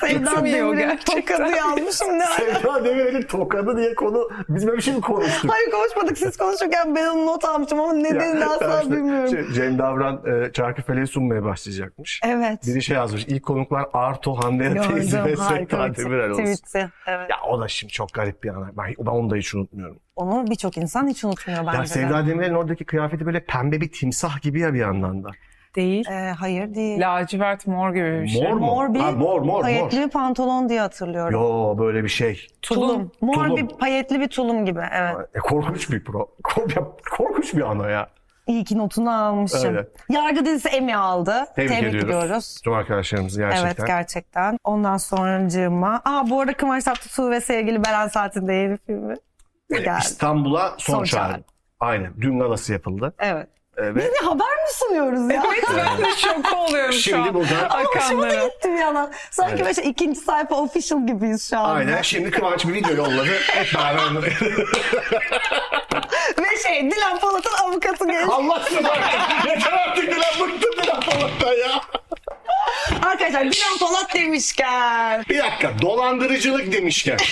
Sevda
Bitmiyor
Demir'in
gerçekten.
tokadı almışım ne ara.
Sevda Demirel'in tokadı diye konu biz böyle bir şey mi konuştuk?
Hayır konuşmadık siz konuşurken ben onu not almıştım ama
Ya,
nedenini
ben
asla
işte-
bilmiyorum.
şey, Cem Davran e, Çarkıfele'yi sunmaya başlayacakmış.
Evet.
Biri şey yazmış. İlk konuklar Arto, Hande teyze ve
Gördüm,
Sevda
harika bir
Demirel olsun.
Tweet'i. Evet.
Ya o da şimdi çok garip bir ana. Ben, ben onu da hiç unutmuyorum.
Onu birçok insan hiç unutmuyor bence
ya Sevda Demirel'in oradaki kıyafeti böyle pembe bir timsah gibi ya bir yandan da.
Değil.
de. Ee, hayır değil.
Lacivert mor gibi bir şey.
Mor mu?
Mor bir
Ha, mor mor mor.
payetli bir pantolon diye hatırlıyorum.
Yo böyle bir şey.
Tulum. Mor
Tulum.
bir payetli bir tulum gibi evet.
E, korkunç bir pro. Kor- ya, korkunç bir ana ya.
İyi ki notunu almışım.
Öyle.
Yargı dizisi Emmy aldı.
Tebrik, ediyoruz.
ediyoruz.
Tüm arkadaşlarımızı
Evet
gerçekten.
gerçekten. Ondan sonracığıma. Aa bu arada Kıvanç Tatlıtuğ ve sevgili Beren Saat'in de yeni filmi.
E,
geldi.
İstanbul'a son,
Son
çağrı.
çağrı.
Aynen. Dün galası yapıldı.
Evet.
E, ve
Ne haber mi sunuyoruz ya?
Evet ben de şok oluyorum şu an.
şimdi buradan
Akanlara.
Gittim yana. Sanki
Evet.
böyle şey, ikinci sayfa official gibiyiz şu anda.
aynen şimdi Kıvanç bir video yolladı. Hep beraber onları-
Ve şey Dilan Polat'ın avukatı geldi.
Allah seni Yeter artık Dilan bıktım Dilan Polat'tan ya.
Arkadaşlar Dilan Polat demişken.
Bir dakika dolandırıcılık demişken.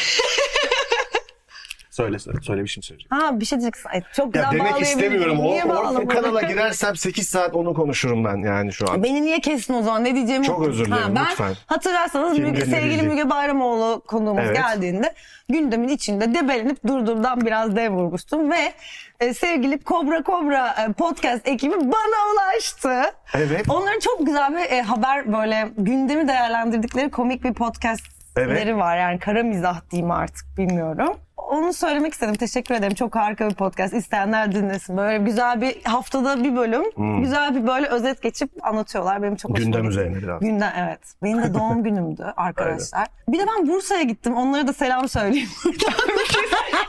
söyle söyle. Söyle bir şey mi söyleyeceğim.
Ha bir şey diyeceksin. Ay, çok
Ya
güzel
demek
bağlayabildim.
istemiyorum. O,
Niye
o,
bağlamadın?
o kanala girersem 8 saat onu konuşurum ben yani şu an.
Beni niye kestin o zaman? Ne diyeceğimi
Çok
unuttum.
özür dilerim,
ben,
lütfen.
Hatırlarsanız
Kim
Müge-
bilir ne
sevgili
diyecek?
Müge Bayramoğlu konuğumuz
Evet.
geldiğinde gündemin içinde debelenip durduğumdan biraz dev vurmuştum ve e, sevgili Kobra Kobra e, podcast ekibi bana ulaştı.
Evet.
Onların çok güzel bir e, haber böyle gündemi değerlendirdikleri komik bir podcastleri
Evet.
var. Yani kara mizah diyeyim artık bilmiyorum. Onu söylemek istedim. Teşekkür ederim. Çok harika bir podcast. İsteyenler dinlesin. Böyle güzel bir haftada bir bölüm. Güzel bir böyle özet geçip anlatıyorlar. Benim çok hoşuma
Hmm. Gündem
gitti.
üzerine biraz.
Gündem evet. Benim de doğum günümdü arkadaşlar. bir de ben Bursa'ya gittim. Onlara da selam söyleyeyim.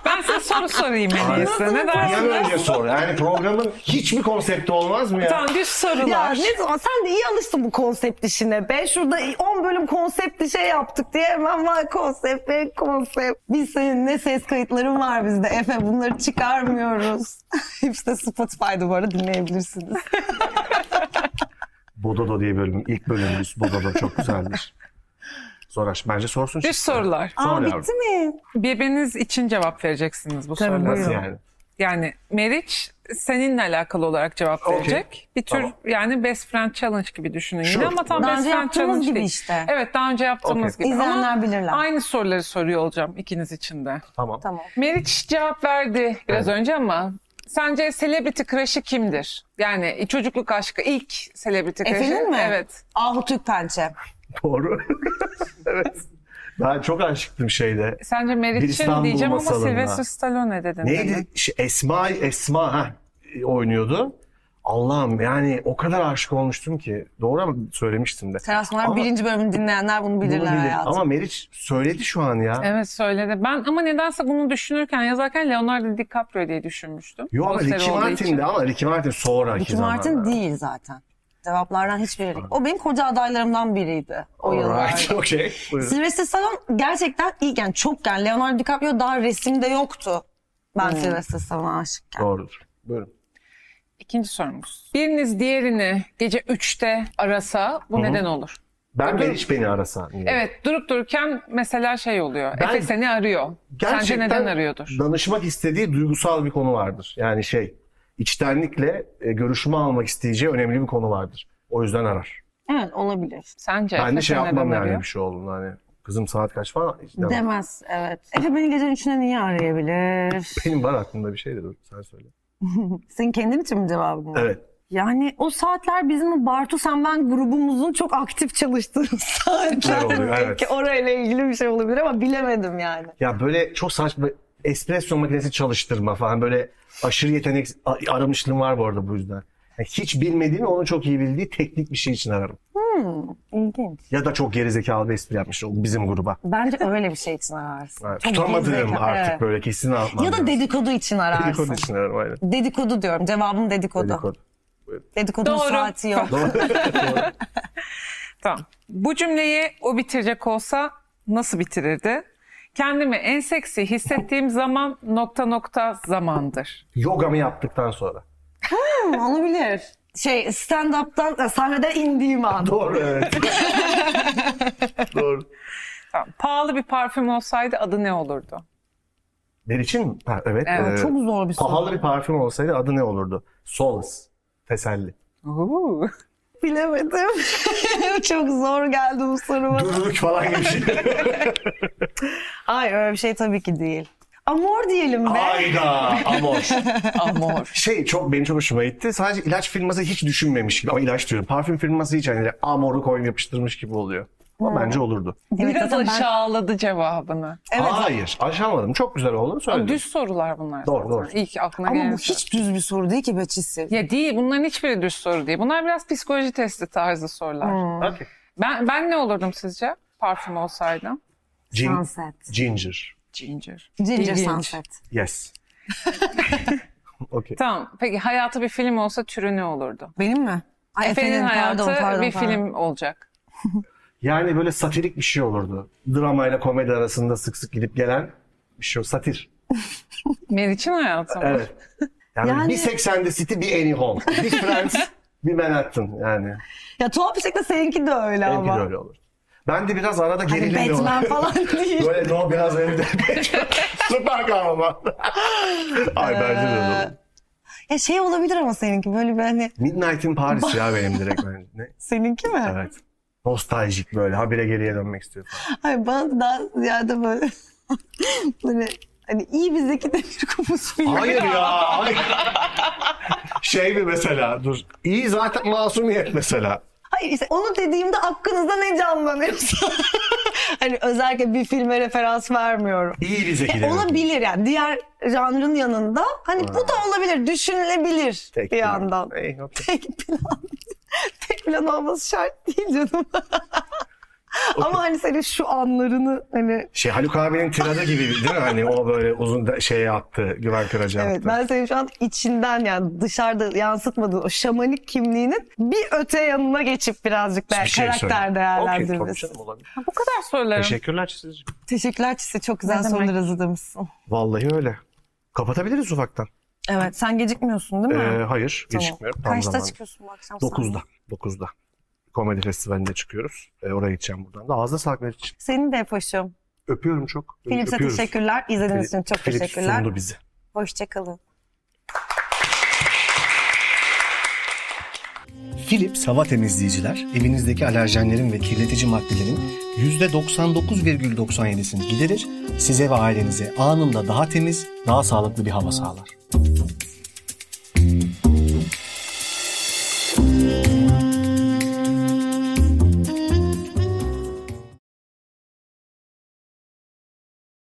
Ben size soru sorayım en
Aynen.
iyisi. Ne
Bir an
dersiniz?
önce sor. Yani programın hiç mi konsepti olmaz mı ya?
Tamam düz
ya
sorular.
ne zaman sen de iyi alıştın bu konsept işine be. Şurada 10 bölüm konseptli şey yaptık diye hemen var konsept ve konsept. Biz senin ne ses kayıtların var bizde Efe bunları çıkarmıyoruz. Hepsi de Spotify'da bu arada dinleyebilirsiniz.
Bododo diye bölüm. ilk bölümümüz Bododo çok güzeldir. Soraş bence sorsun.
Düz sorular.
Sor
Aa
yavrum.
bitti mi?
Birbiriniz için cevap vereceksiniz bu
Tabii,
sorulara.
Nasıl yani?
Yani Meriç seninle alakalı olarak cevap
Okey.
verecek. Bir tür
Tamam.
yani best friend challenge gibi düşünün
Şu.
yine ama tam
Daha
best
önce
friend
yaptığımız
challenge
gibi
şey.
değil.
işte.
Evet daha önce yaptığımız
Okey.
gibi. Ama
İzleyenler bilirler.
Aynı soruları soruyor olacağım ikiniz için de.
Tamam.
Tamam.
Meriç cevap verdi biraz önce ama sence celebrity crush'ı kimdir? Yani çocukluk aşkı ilk celebrity crush'ı.
Efe'nin mi?
Evet.
Ahu Türk Pençe.
Doğru. evet. Ben çok aşıktım şeyde.
Sence
Bir
Meriç'in
İstanbul
diyeceğim ama
masalında.
Sylvester Stallone dedin. değil mi?
Neydi? Şey, Esma, Esma ha, oynuyordu. Allah'ım yani o kadar aşık olmuştum ki. Doğru ama söylemiştim de.
Terasmalar
Ama-
birinci bölümünü dinleyenler bunu
Bunu
bilirler
bilir.
hayatım.
Ama Meriç söyledi şu an ya.
Evet söyledi. Ben ama nedense bunu düşünürken yazarken Leonardo DiCaprio diye düşünmüştüm.
Yo ama
Posteri
Ricky
olduğu için.
Martin'di ama Ricky Martin sonraki
Ricky
zamanlarda.
Martin değil zaten. Cevaplardan hiçbiri. değil. O benim koca adaylarımdan biriydi o yıllarda.
Alright, okay. Buyurun.
Sylvester Stallone gerçekten iyi yani çok yani Leonardo DiCaprio daha resimde yoktu.
Hmm.
Ben Sylvester Stallone'a aşıkken.
Doğrudur. Buyurun.
İkinci sorumuz. Biriniz diğerini gece 3'te arasa bu neden olur?
Ben Meriç beni arasa. niye?
Evet durup dururken mesela şey oluyor.
Ben-
Efe seni arıyor. Sence neden arıyordur?
danışmak istediği duygusal bir konu vardır. Yani şey, içtenlikle e, görüşme almak isteyeceği önemli bir konu vardır. O yüzden arar.
Evet olabilir.
Sence
ben
Efe
de şey
seni
yapmam
neden
yani
arıyor?
bir şey olduğunu hani. Kızım saat kaç falan. hiç demem.
Demez evet. Efe beni gecenin üçüne niye arayabilir?
Benim var aklımda bir şey de dur sen söyle.
Senin kendin için mi cevabın var?
Evet.
Yani o saatler bizim o Bartu sen ben grubumuzun çok aktif çalıştığı saatler.
oluyor, evet.
Belki orayla ilgili bir şey olabilir ama bilemedim yani.
Ya böyle çok saçma espresso makinesi çalıştırma falan böyle aşırı yetenek a- aramışlığım var bu arada bu yüzden. Yani hiç bilmediğim onu çok iyi bildiği teknik bir şey için ararım.
İlginç.
Ya da çok gerizekalı bir espri yapmış o bizim gruba.
Bence öyle bir şey için ararsın.
Yani
Çok
tutamadığım
gerizekalı,
artık
evet.
böyle kesin almam
Ya da
lazım.
dedikodu için ararsın.
Dedikodu için ararım aynen.
Dedikodu diyorum. Cevabım dedikodu.
Dedikodu.
Dedikodunun
Doğru.
saati yok.
Tamam. Bu cümleyi o bitirecek olsa nasıl bitirirdi? Kendimi en seksi hissettiğim zaman nokta nokta zamandır.
Yogamı yaptıktan sonra.
Olabilir. şey stand-up'tan e, sahneden indiğim an.
Doğru evet. Doğru.
Tamam. Pahalı bir parfüm olsaydı adı ne olurdu?
Benim için mi? Ha, evet.
Evet,
ee,
Çok zor bir soru.
pahalı bir parfüm olsaydı adı ne olurdu? Solace. Teselli.
Oo.
Bilemedim. Çok zor geldi bu soru bana.
Durduruk falan gibi şey.
Hayır öyle bir şey tabii ki değil. Amor diyelim be.
Hayda. Amor.
Amor.
Şey çok benim çok hoşuma gitti. Sadece ilaç firması hiç düşünmemiş gibi. Ama ilaç diyorum. Parfüm firması hiç hani amor'u koyun yapıştırmış gibi oluyor. Ama bence olurdu.
Evet,
Biraz
zaten ben-
aşağıladı cevabını.
Hayır. Aşamadım. Çok güzel olduğunu söyledim.
Düz sorular bunlar.
Doğru,
zaten.
doğru.
İlk aklına
Ama
gelen
bu
şey.
hiç düz bir soru değil ki Beçisi.
Ya değil bunların hiçbiri düz soru değil. Bunlar biraz psikoloji testi tarzı sorular.
Okey.
Ben ben ne olurdum sizce? Parfüm olsaydım.
Gin-
Sunset.
ginger.
Ginger.
Ginger
İlginç.
Sunset.
Yes. Okey.
Tamam. Peki hayatı bir film olsa türü ne olurdu?
Benim mi?
Ay
Efe'nin
efendim
hayatı
pardon pardon.
bir
pardon.
film olacak.
Yani böyle satirik bir şey olurdu. Dramayla komedi arasında sık sık gidip gelen bir şey. Satir.
Meriç'in hayatı mı?
Evet. Yani,
Yani-
bir 80'de City, bir Annie Hall. Bir Friends, bir Manhattan yani.
Ya tuhaf bir şekilde seninki de öyle
Benimki de
ama.
öyle olur. Ben de biraz arada gerilim
Hani
yolu-
Batman falan değil.
Böyle no biraz benim de süper kahraman. Ay bence de öyle
Ee,
olur.
ya şey olabilir ama seninki böyle bir hani
Midnight in Paris ya benim direkt bence. Ne?
seninki mi?
Evet. Nostaljik böyle habire geriye dönmek istiyor falan.
Hayır bana daha ziyade böyle böyle hani iyi bir Zeki Demirkubuz filmi.
Hayır ya. hayır. şey mi mesela dur. İyi zaten masumiyet mesela.
Hayır işte onu dediğimde aklınızda ne canlanıyorsa. hani özellikle bir filme referans vermiyorum.
İyi bir
E,
zeki demek.
olabilir yani diğer janrın yanında hani bu da olabilir düşünülebilir
Tek
bir
plan.
yandan.
Ey, okey.
Tek plan. Tek plan olması şart değil canım. Ama hani senin şu anlarını hani
Şey Haluk abinin tiradı gibi değil mi? Hani o böyle uzun da şeye attı. Güven kıracağı
Evet
attı.
ben senin şu an içinden yani dışarıda yansıtmadığın o şamanik kimliğinin bir öte yanına geçip birazcık daha
Hiçbir şey
karakter
söyleyeyim. Okey, tabii
değerlendirmesi.
canım, olabilir.
Bu kadar sorularım.
Teşekkürler sizce.
Teşekkürler Çisi. Çok güzel
Ne demek?
sorular hazırlamışsın.
Vallahi öyle. Kapatabiliriz ufaktan.
Evet. Sen gecikmiyorsun değil mi?
Ee, hayır, gecikmiyorum. Tam
Kaçta
zamanlı.
çıkıyorsun bu akşam?
9'da. 9'da. Komedi Festivali'nde çıkıyoruz. Ee, oraya gideceğim buradan da. Ağzına sağlık Meriç'ciğim.
Senin de Efoş'um.
Öpüyorum çok.
Philips'e
Öpüyoruz.
teşekkürler. İzlediğiniz için çok
Philips
teşekkürler.
sundu bizi.
Hoşçakalın.
Philips hava temizleyiciler evinizdeki alerjenlerin ve kirletici maddelerin %99,97'sini giderir. Size ve ailenize anında daha temiz, daha sağlıklı bir hava sağlar.